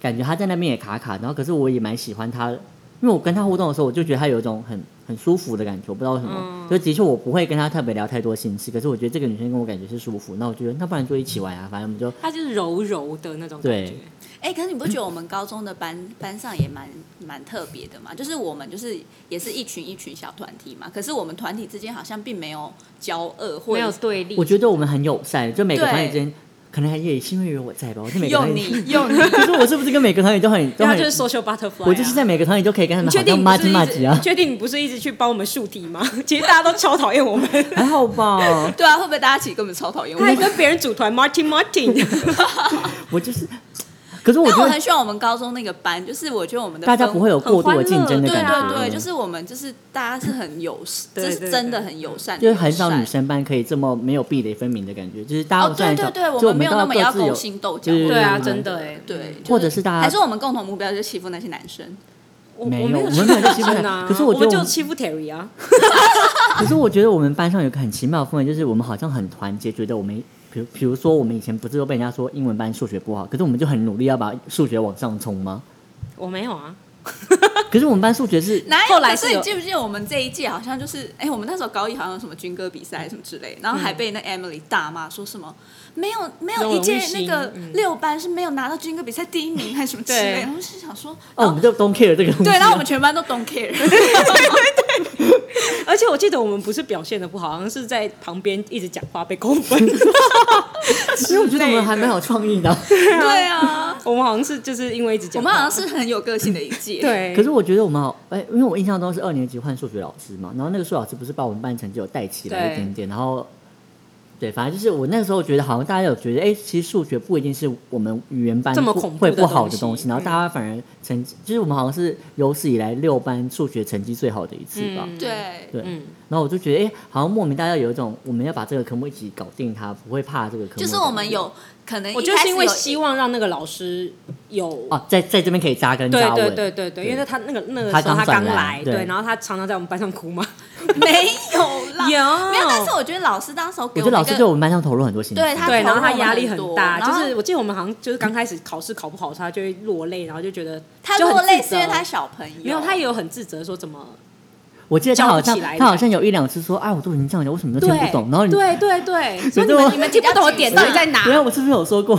S1: 感觉她在那边也卡卡，然后可是我也蛮喜欢她，因为我跟她互动的时候，我就觉得她有一种很很舒服的感觉，我不知道为什么。
S3: 嗯
S1: 就的确我不会跟她特别聊太多心事，可是我觉得这个女生跟我感觉是舒服，那我觉得那不然就一起玩啊，反正我们就
S3: 她就是柔柔的那种感
S1: 对
S3: 觉，
S2: 哎、可是你不觉得我们高中的班班上也蛮蛮特别的嘛？就是我们就是也是一群一群小团体嘛，可是我们团体之间好像并没有交恶，或
S3: 没
S2: 者
S3: 有对立。
S1: 我觉得我们很友善，就每个
S2: 对
S1: 团体之间。可能还也是因为有我在吧，我就每个
S2: 用
S1: 团体，
S2: 你用你，
S1: 可是我是不是跟每个团体都很都
S3: 对啊，
S1: 很
S3: 就是 social butterfly，啊
S1: 我就是
S2: 哎
S1: 在每个团体都可以跟他
S3: 你
S1: 们
S3: 确
S1: 好
S3: 定
S1: 像
S3: 你
S1: 骂
S3: 不是
S1: 鸡
S3: 一
S1: 骂
S3: 直
S1: 鸡啊
S3: 你，确定你不是一直去帮我们竖题吗？ 其实大家都超讨厌我 们，
S1: 还好吧？
S2: 对啊，会不会大家其实根本超讨厌我
S3: 他还
S2: 们？
S3: 跟别人组团 Martin Martin，
S1: 啊我就是，可是我
S2: 但
S1: 觉
S2: 我
S1: 得
S2: 很喜欢我们高中那个班，就是我觉得我们的
S1: 大家
S2: 氛
S1: 不会有过度的竞争的
S2: 对
S1: 感觉，
S2: 对
S1: 嗯
S2: 对，就是我们就是大家是很友 善，
S3: 对
S2: 这
S3: 对
S2: 是真的很友善的
S1: 就
S2: 友
S1: 是
S2: 善，
S1: 很少女生班可以这么没有壁垒分明的感觉，就是大
S2: 哦
S1: 家，虽
S2: 对
S1: 然小，
S2: 对对，
S1: 就
S2: 我们没有
S1: 都
S2: 那么
S1: 各
S2: 要
S1: 自有
S2: 勾心斗角，
S1: 对
S3: 对啊，
S1: 嗯
S3: 真的哎，
S2: 欸对，
S1: 或者是大家
S2: 还是我们共同目标就是欺负那些男生，
S3: 我
S1: 没有
S3: 我没
S1: 我
S3: 有
S1: 们没有欺负
S3: 人
S1: 他
S3: 啊，
S1: 可是我
S3: 我
S1: 觉得
S3: 们
S1: 我
S3: 就
S1: 们
S3: 欺负 Terry 啊，
S1: 可是我觉得我们班上有个很奇妙的氛围，就是我们好像很团结，觉得我们。比如，比如说，我们以前不是都被人家说英文班数学不好，可是我们就很努力要把数学往上冲吗？
S3: 我没有啊，
S1: 可是我们班数学 是
S2: 哪有？
S3: 后来
S2: 可
S3: 是
S2: 是你
S3: 有
S2: 记不记得我们这一届好像就是，哎、我们那时候高一好像有什么军歌比赛什么之类，然后还被那 Emily 大骂说什么没有没
S3: 荣
S2: 有
S3: 辱
S2: 一届
S3: 一心
S2: 那个
S3: 嗯
S2: 六班是没有拿到军歌比赛第一名还是什么之类，
S3: 对
S2: 然后是想说，
S1: 哦，我们就 don't care 这个 东西。
S2: 对，然后我们全班都 don't care，
S3: 而且我记得我们不是表现的不好，好像是在旁边一直讲话被扣分，
S1: 因为我觉得我们还蛮有创意的。
S2: 对啊，
S3: 我们好像是就是因为一直
S2: 我
S3: 讲话，
S2: 们好像是很有个性的一届，，
S3: 对，
S1: 可是我觉得我们好，哎、因为我印象中是二年级换数学老师嘛，然后那个数学老师不是把我们班成绩有带起来一
S3: 对
S1: 点点，然后，对，反正就是我那时候觉得好像大家有觉得，哎、其实数学不一定是我们语言班
S3: 这么
S1: 不
S3: 恐怖
S1: 会
S3: 的
S1: 不好的
S3: 东
S1: 东
S3: 西
S1: 西，然后大家反而成绩，就是我们好像是有史以来六班数学成绩最好的一次吧。
S3: 嗯
S2: 对
S1: 对，
S3: 嗯
S1: 然后我就觉得，哎、好像莫名大家有一种我们要把这个科目一起搞定它，不会怕这个科目的感觉。
S2: 就是我们有可能一
S3: 我觉得
S2: 开
S3: 是
S2: 始
S3: 因为
S2: 有
S3: 希望让那个老师有
S1: 哦，在在这边可以扎根
S3: 对
S1: 扎稳。
S3: 对对对对，因为那他那个那个
S1: 他
S3: 时候
S1: 刚
S3: 他
S1: 转来
S3: 刚来，
S1: 对
S3: 对，然后他常常在我们班上哭嘛，
S2: 没有啦，
S3: 有
S2: 没有，但是我觉得老师当时候
S1: 我
S2: 给
S1: 觉得
S2: 们
S1: 老
S2: 一
S1: 师
S2: 个
S1: 对我们班上投入很多心思。
S2: 对他
S3: 对，然后他
S2: 投入
S3: 压力
S2: 很
S3: 很
S2: 多
S3: 大，
S2: 然后
S3: 就是我记得我们好像就是刚开始考试考不好的时候，他就会落泪，然后就觉得
S2: 他
S3: 就很
S2: 落泪
S3: 自
S2: 是
S3: 责
S2: 因为他小朋友，
S3: 没有，他也有很自责说怎么
S1: 我记得他好
S3: 教
S1: 像
S3: 不起来的
S1: 他好像有一两次说，哎，我都已经这样讲，为什么你都
S3: 对
S1: 听不懂？然后你，
S3: 对啊对对，所以
S1: 可
S3: 你
S1: 是我
S3: 们你们听不懂我点到底在哪？
S1: 原来我是不是有说过，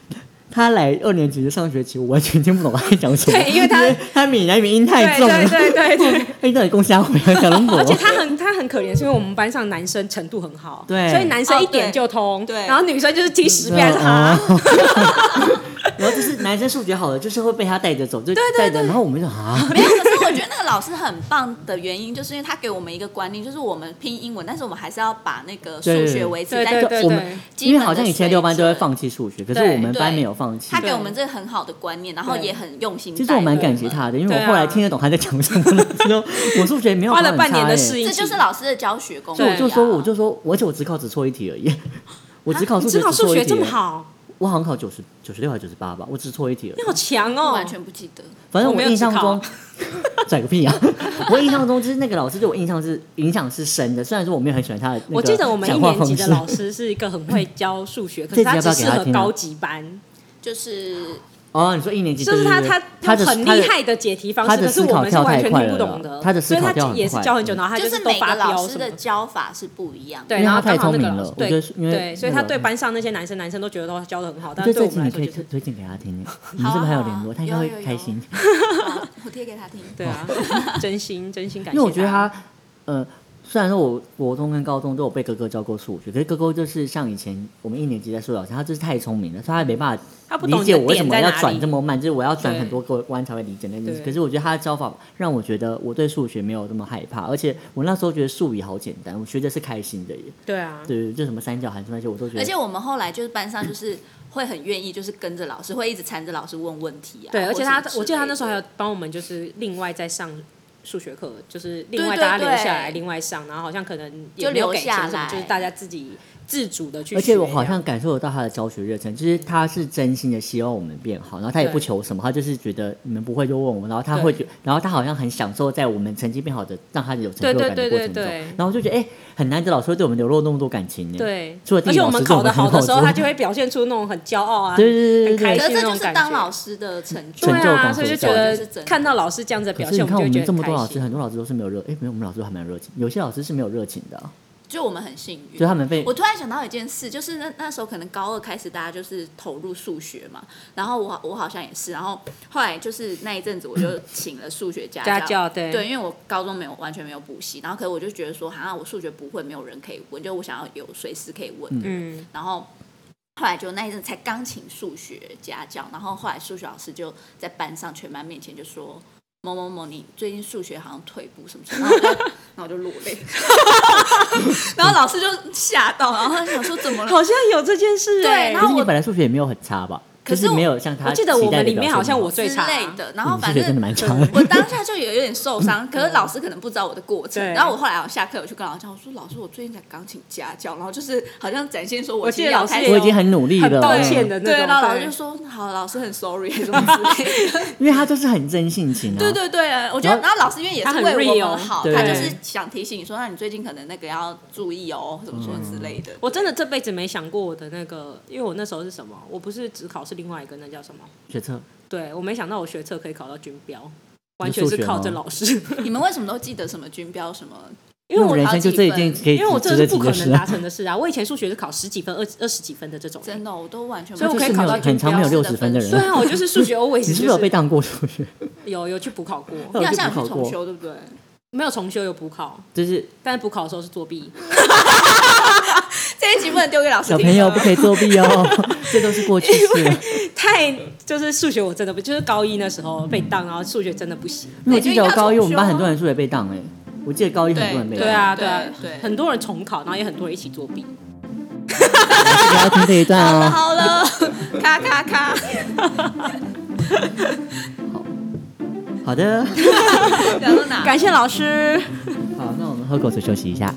S1: 他来二年级的上学期，我完全听不懂他在讲什么。
S3: 对 因为他
S1: 他闽南语音太重了，
S3: 对对对对
S1: 他
S3: 对。
S1: 到底攻下回来讲龙
S3: 而且
S1: 我。
S3: 他很他很可怜，是因为我们班上男生程度很好，
S1: 对
S3: 所以男生
S2: 哦
S3: 一点
S2: 对
S3: 就通，
S2: 对
S3: 然后女生就是听十遍还是
S1: 啊
S3: 啊，，
S1: 然后就是男生数学好的，就是会被他带着走，就
S3: 对
S1: 带着，然后我们就啊，
S2: 没有，可是我觉得那个老师很棒的原因，就是因为他给我们一个观念，就是我们拼英文，但是我们还是要把那个数学维持
S3: 对
S2: 在
S3: 对对
S1: 就我们
S2: 基
S1: 因
S2: 本的
S1: 为好像以前六班都会
S2: 水准
S1: 放弃数学，可是
S3: 对
S1: 我们班
S2: 对
S1: 没有放弃
S2: 他。给我们这个很好的观念，然后也很用心。
S1: 其实我蛮感谢。他的，因为
S3: 对
S1: 我
S3: 啊
S1: 后来听得懂他在讲什么了 之后，我数学没有
S3: 花
S1: 到
S3: 了
S1: 很
S3: 半年
S1: 差
S3: 的
S1: 欸
S3: 适应
S2: 这
S3: 期，
S2: 就是老师的教学功力、
S1: 所以
S2: 啊。
S1: 我就说，我就说，我而且我只考只错一题而 已，我只考
S3: 啊
S1: 数
S3: 你只
S1: 学
S3: 考
S1: 只
S3: 数
S1: 错一
S3: 学
S1: 题
S3: 这
S1: 而
S3: 么
S1: 已，
S3: 好，
S1: 我好像考九十九十六还是九十八吧，我只错一题而
S3: 你
S1: 已。
S3: 好强
S2: 我
S3: 哦，
S2: 完全不记得。
S1: 反正
S3: 我
S1: 我
S3: 没有
S1: 印象
S3: 只考
S1: 中， 拽个屁啊！我印象中就是那个老师对我印象是影响是深的，虽然说我没有很喜欢他的那个
S3: 我记得我们一
S1: 讲话
S3: 年
S1: 方
S3: 级
S1: 式
S3: 的老师是一个很会教数 学，可
S1: 这
S3: 是
S1: 集要
S3: 他
S1: 不要
S3: 只
S1: 给
S3: 适
S1: 他
S3: 合
S1: 听啊
S3: 高级班，
S2: 就是
S1: 哦，你说一年级
S3: 就是
S1: 对
S3: 他
S1: 对
S3: 他
S1: 对他的
S3: 很
S1: 他
S3: 厉
S1: 的
S3: 害的解题方
S1: 他
S3: 式，
S1: 的
S3: 可是
S1: 思考
S3: 我们是
S1: 跳
S3: 完
S1: 太
S3: 全
S1: 快
S3: 听不
S1: 了
S3: 懂的，
S1: 他的思
S3: 所以
S1: 考
S3: 他
S1: 跳很
S3: 也是
S1: 快
S3: 教很久，然后他
S2: 就是
S3: 都
S2: 每个
S3: 发
S2: 老
S3: 飙
S2: 师
S3: 什
S2: 的
S3: 么。
S2: 教法是不一样的。
S3: 对，
S1: 因为
S3: 然
S1: 他
S3: 后刚
S1: 太聪
S3: 好那个
S1: 明
S3: 老
S1: 了
S3: 师
S1: 我觉得
S3: 对
S1: 是因为
S3: 对，所以
S1: 那
S3: 他
S1: 个
S3: 对班上那些男生男生都觉得都教的很好，但
S1: 对
S3: 是对
S1: 这
S3: 我
S1: 集
S3: 们
S1: 你
S3: 来说
S1: 可以
S3: 就是
S1: 推推荐给他听耶，你们
S2: 好
S1: 是不是还有
S2: 啊好啊
S1: 联络？他应该
S2: 有
S1: 会
S2: 有有
S1: 开心。
S2: 好我贴给他 听。
S1: 哦
S3: 对啊，真心真心感谢。
S1: 因为我觉得他，呃，虽然说我国中跟高中都有被哥哥教过数学，可是哥哥就是像以前我们一年级在数学老师，他就是太聪明了，所以他没办
S3: 他
S1: 法
S3: 不懂
S1: 理
S3: 你
S1: 解
S3: 的
S1: 我为什
S3: 点
S1: 么
S3: 在
S1: 要
S3: 哪
S1: 转这
S3: 里。
S1: 么慢，就是我要转
S3: 对
S1: 很多个弯才会理解那件事。
S3: 对
S1: 可是我觉得他的教法让我觉得我对数学没有那么害怕，而且我那时候觉得数理好简单，我学的是开心的耶。
S3: 对啊，
S1: 对，就什么三角函数那些我都觉
S2: 而
S1: 得
S2: 且。我们后来就是班上就是会很愿意，就是跟着老师，会一直缠着老师问问题啊。
S3: 对，而且他
S2: 或什么之类，的
S3: 我记得他那时候还有帮我们，就是另外再上数学课，就是另外
S2: 对对
S3: 大家留下
S2: 对
S3: 来，另外上，然后好像可能也
S2: 就
S3: 没有
S2: 留
S3: 给钱
S2: 下
S3: 什么
S2: 来
S3: 就是大家自己自主的去学。啊
S1: 而且我好像感受得到他的教学热忱，就是他是真心的希望我们变好，然后他也不
S3: 对
S1: 求什么，他就是觉得你们不会就问我们，然后他
S3: 对
S1: 会觉，然后他好像很享受在我们成绩变好的，让他有成
S3: 对
S1: 就
S3: 对
S1: 感的
S3: 对
S1: 过
S3: 对
S1: 程中
S3: 对。
S1: 然后我就觉得，哎、很难得老师会对我们流露那么多感情呢。
S3: 对
S1: 除了，地
S3: 而
S1: 理
S3: 且
S1: 老
S3: 我
S1: 师
S3: 们
S1: 是我
S3: 考
S1: 们
S3: 得
S1: 很
S3: 好
S1: 好
S3: 的
S1: 的
S3: 时候，他就会表现出那种很骄傲啊，
S1: 对对对对
S3: 很开
S2: 可
S3: 心
S2: 是
S3: 那
S2: 这
S3: 种
S2: 就是
S3: 感
S2: 当
S3: 觉。
S2: 老师的成就
S1: 成
S3: 对
S1: 就
S3: 啊，
S1: 感
S3: 所以
S1: 所
S3: 就
S1: 在
S3: 觉
S2: 这是真
S3: 得
S2: 的
S3: 看到老师这样子的
S1: 可
S3: 表
S1: 是
S3: 现，
S1: 你看，我
S3: 们就
S1: 们这
S3: 会觉得
S1: 么多老
S3: 很
S1: 师，
S3: 开心。
S1: 很多老师都是没有热，哎、没有，我们老师都还蛮热情，有些老师是没有热情的啊、
S3: 嗯
S2: 就我们很幸运
S1: 就。他们被
S2: 我突然想到一件事，就是那那时候可能高二开始，大家就是投入数学嘛，然后我我好像也是，然后后来就是那一阵子，我就请了数学家
S3: 家
S2: 教，
S3: 教对
S2: 啊对，因为我高中没有完全没有补习，然后可是我就觉得说，好像我数学不会，没有人可以问，就我想要有随时可以问的人
S3: 嗯，
S2: 然后后来就那一阵才刚请数学家教，然后后来数学老师就在班上全班面前就说。某某某，你最近数学好像退步什么什么，然后我就然后我就落 泪，然后老师就吓到，然后他想说怎么了？
S3: 好像有这件事
S2: 对
S3: 哎
S2: 然
S1: 可
S2: 后
S1: 是你
S2: 我
S1: 本来数学也没有很差吧？
S2: 可
S1: 就是
S2: 我
S1: 没有像他
S3: 我记得
S1: 期
S3: 我
S1: 待
S3: 们
S1: 的
S3: 里
S1: 表
S3: 面
S1: 现
S3: 好像
S1: 嘛
S3: 我
S2: 之
S3: 最差啊
S2: 类的，然后
S1: 嗯
S2: 反
S1: 数学真的
S2: 正
S1: 蛮差的。
S2: 我当下就有有点受伤，可是老师可能不知道我的过程。
S3: 对
S2: 然后我后来我下课我去跟老师讲，我说老师，我最近在钢琴家教，然后就是好像展现说
S3: 我
S2: 今
S3: 记
S2: 天
S3: 得
S2: 要
S3: 老师
S2: 开
S3: 也
S2: 始
S1: 我已经很努力了，嗯
S3: 很抱歉的那
S2: 对，
S3: 种
S2: 然后老师
S3: 对
S2: 就说好，老师很 sorry 什么之类的。
S1: 因为他就是很真性情啊。
S2: 对对对，呃我觉得，然后老师因为也
S3: 他
S2: 是
S3: 很
S2: 为我
S3: real，
S2: 们好，
S1: 对
S2: 他就是想提醒你说，那你最近可能那个要注意哦，什么什么之类 的。
S3: 我真的这辈子没想过我的那个，因为我那时候是什么？我不是只考是另外一个，那叫什么？
S1: 学测
S3: 对我没想到我学测可以考到军标，完
S1: 你
S3: 全
S1: 数
S3: 是
S1: 学
S3: 靠
S1: 吗
S3: 这老师，
S2: 你们为什么都记得什么军标什么？
S3: 因为我
S1: 人
S2: 好
S1: 生就
S2: 几
S1: 这一
S2: 分
S1: 件可以
S3: 因为我
S1: 值
S3: 这
S1: 得
S3: 是
S1: 提
S3: 不
S1: 的
S3: 可
S1: 事
S3: 能
S1: 啊
S3: 达。成的事啊！我以前数学是考十几分、二二十几分的这种、
S2: 真的，我都完全
S3: 所以我
S2: 不
S3: 可以
S2: 记得
S3: 考到
S2: 军
S1: 很常没有
S2: 标式
S1: 60分的人
S3: 对啊，我就是数学 always
S1: 你是不是
S3: 就
S1: 有被当过数学？
S3: 有有去补考过，
S1: 那 我
S2: 你好
S1: 就
S2: 像有
S1: 不考
S2: 去重
S1: 过，
S2: 修，对不对？
S3: 没有重修有补考，
S1: 就是
S3: 但是补考的时候是作弊。
S2: 这一集不能丢给老师
S1: 小
S2: 听
S1: 朋友不
S2: 啊
S1: 可以作弊 哦，这都是过去式。
S3: 太就是数学我真的不，就是高一那时候被当，然后数学真的不行。
S1: 因为我记得我高一，我
S2: 你
S1: 们
S2: 就应该重修啊
S1: 班很多人数学被当哎，我记得高一很多人被当。
S2: 对
S3: 对啊，
S2: 对
S3: 对啊，
S2: 对
S3: 很多人重考，然后也很多人一起作弊。
S1: 不要听这一段
S2: 好 了
S1: 哦。
S2: 好了，咔咔咔，
S1: 好的，
S2: 讲到哪？
S3: 感谢老师。
S1: 好，那我们喝口水休息一下。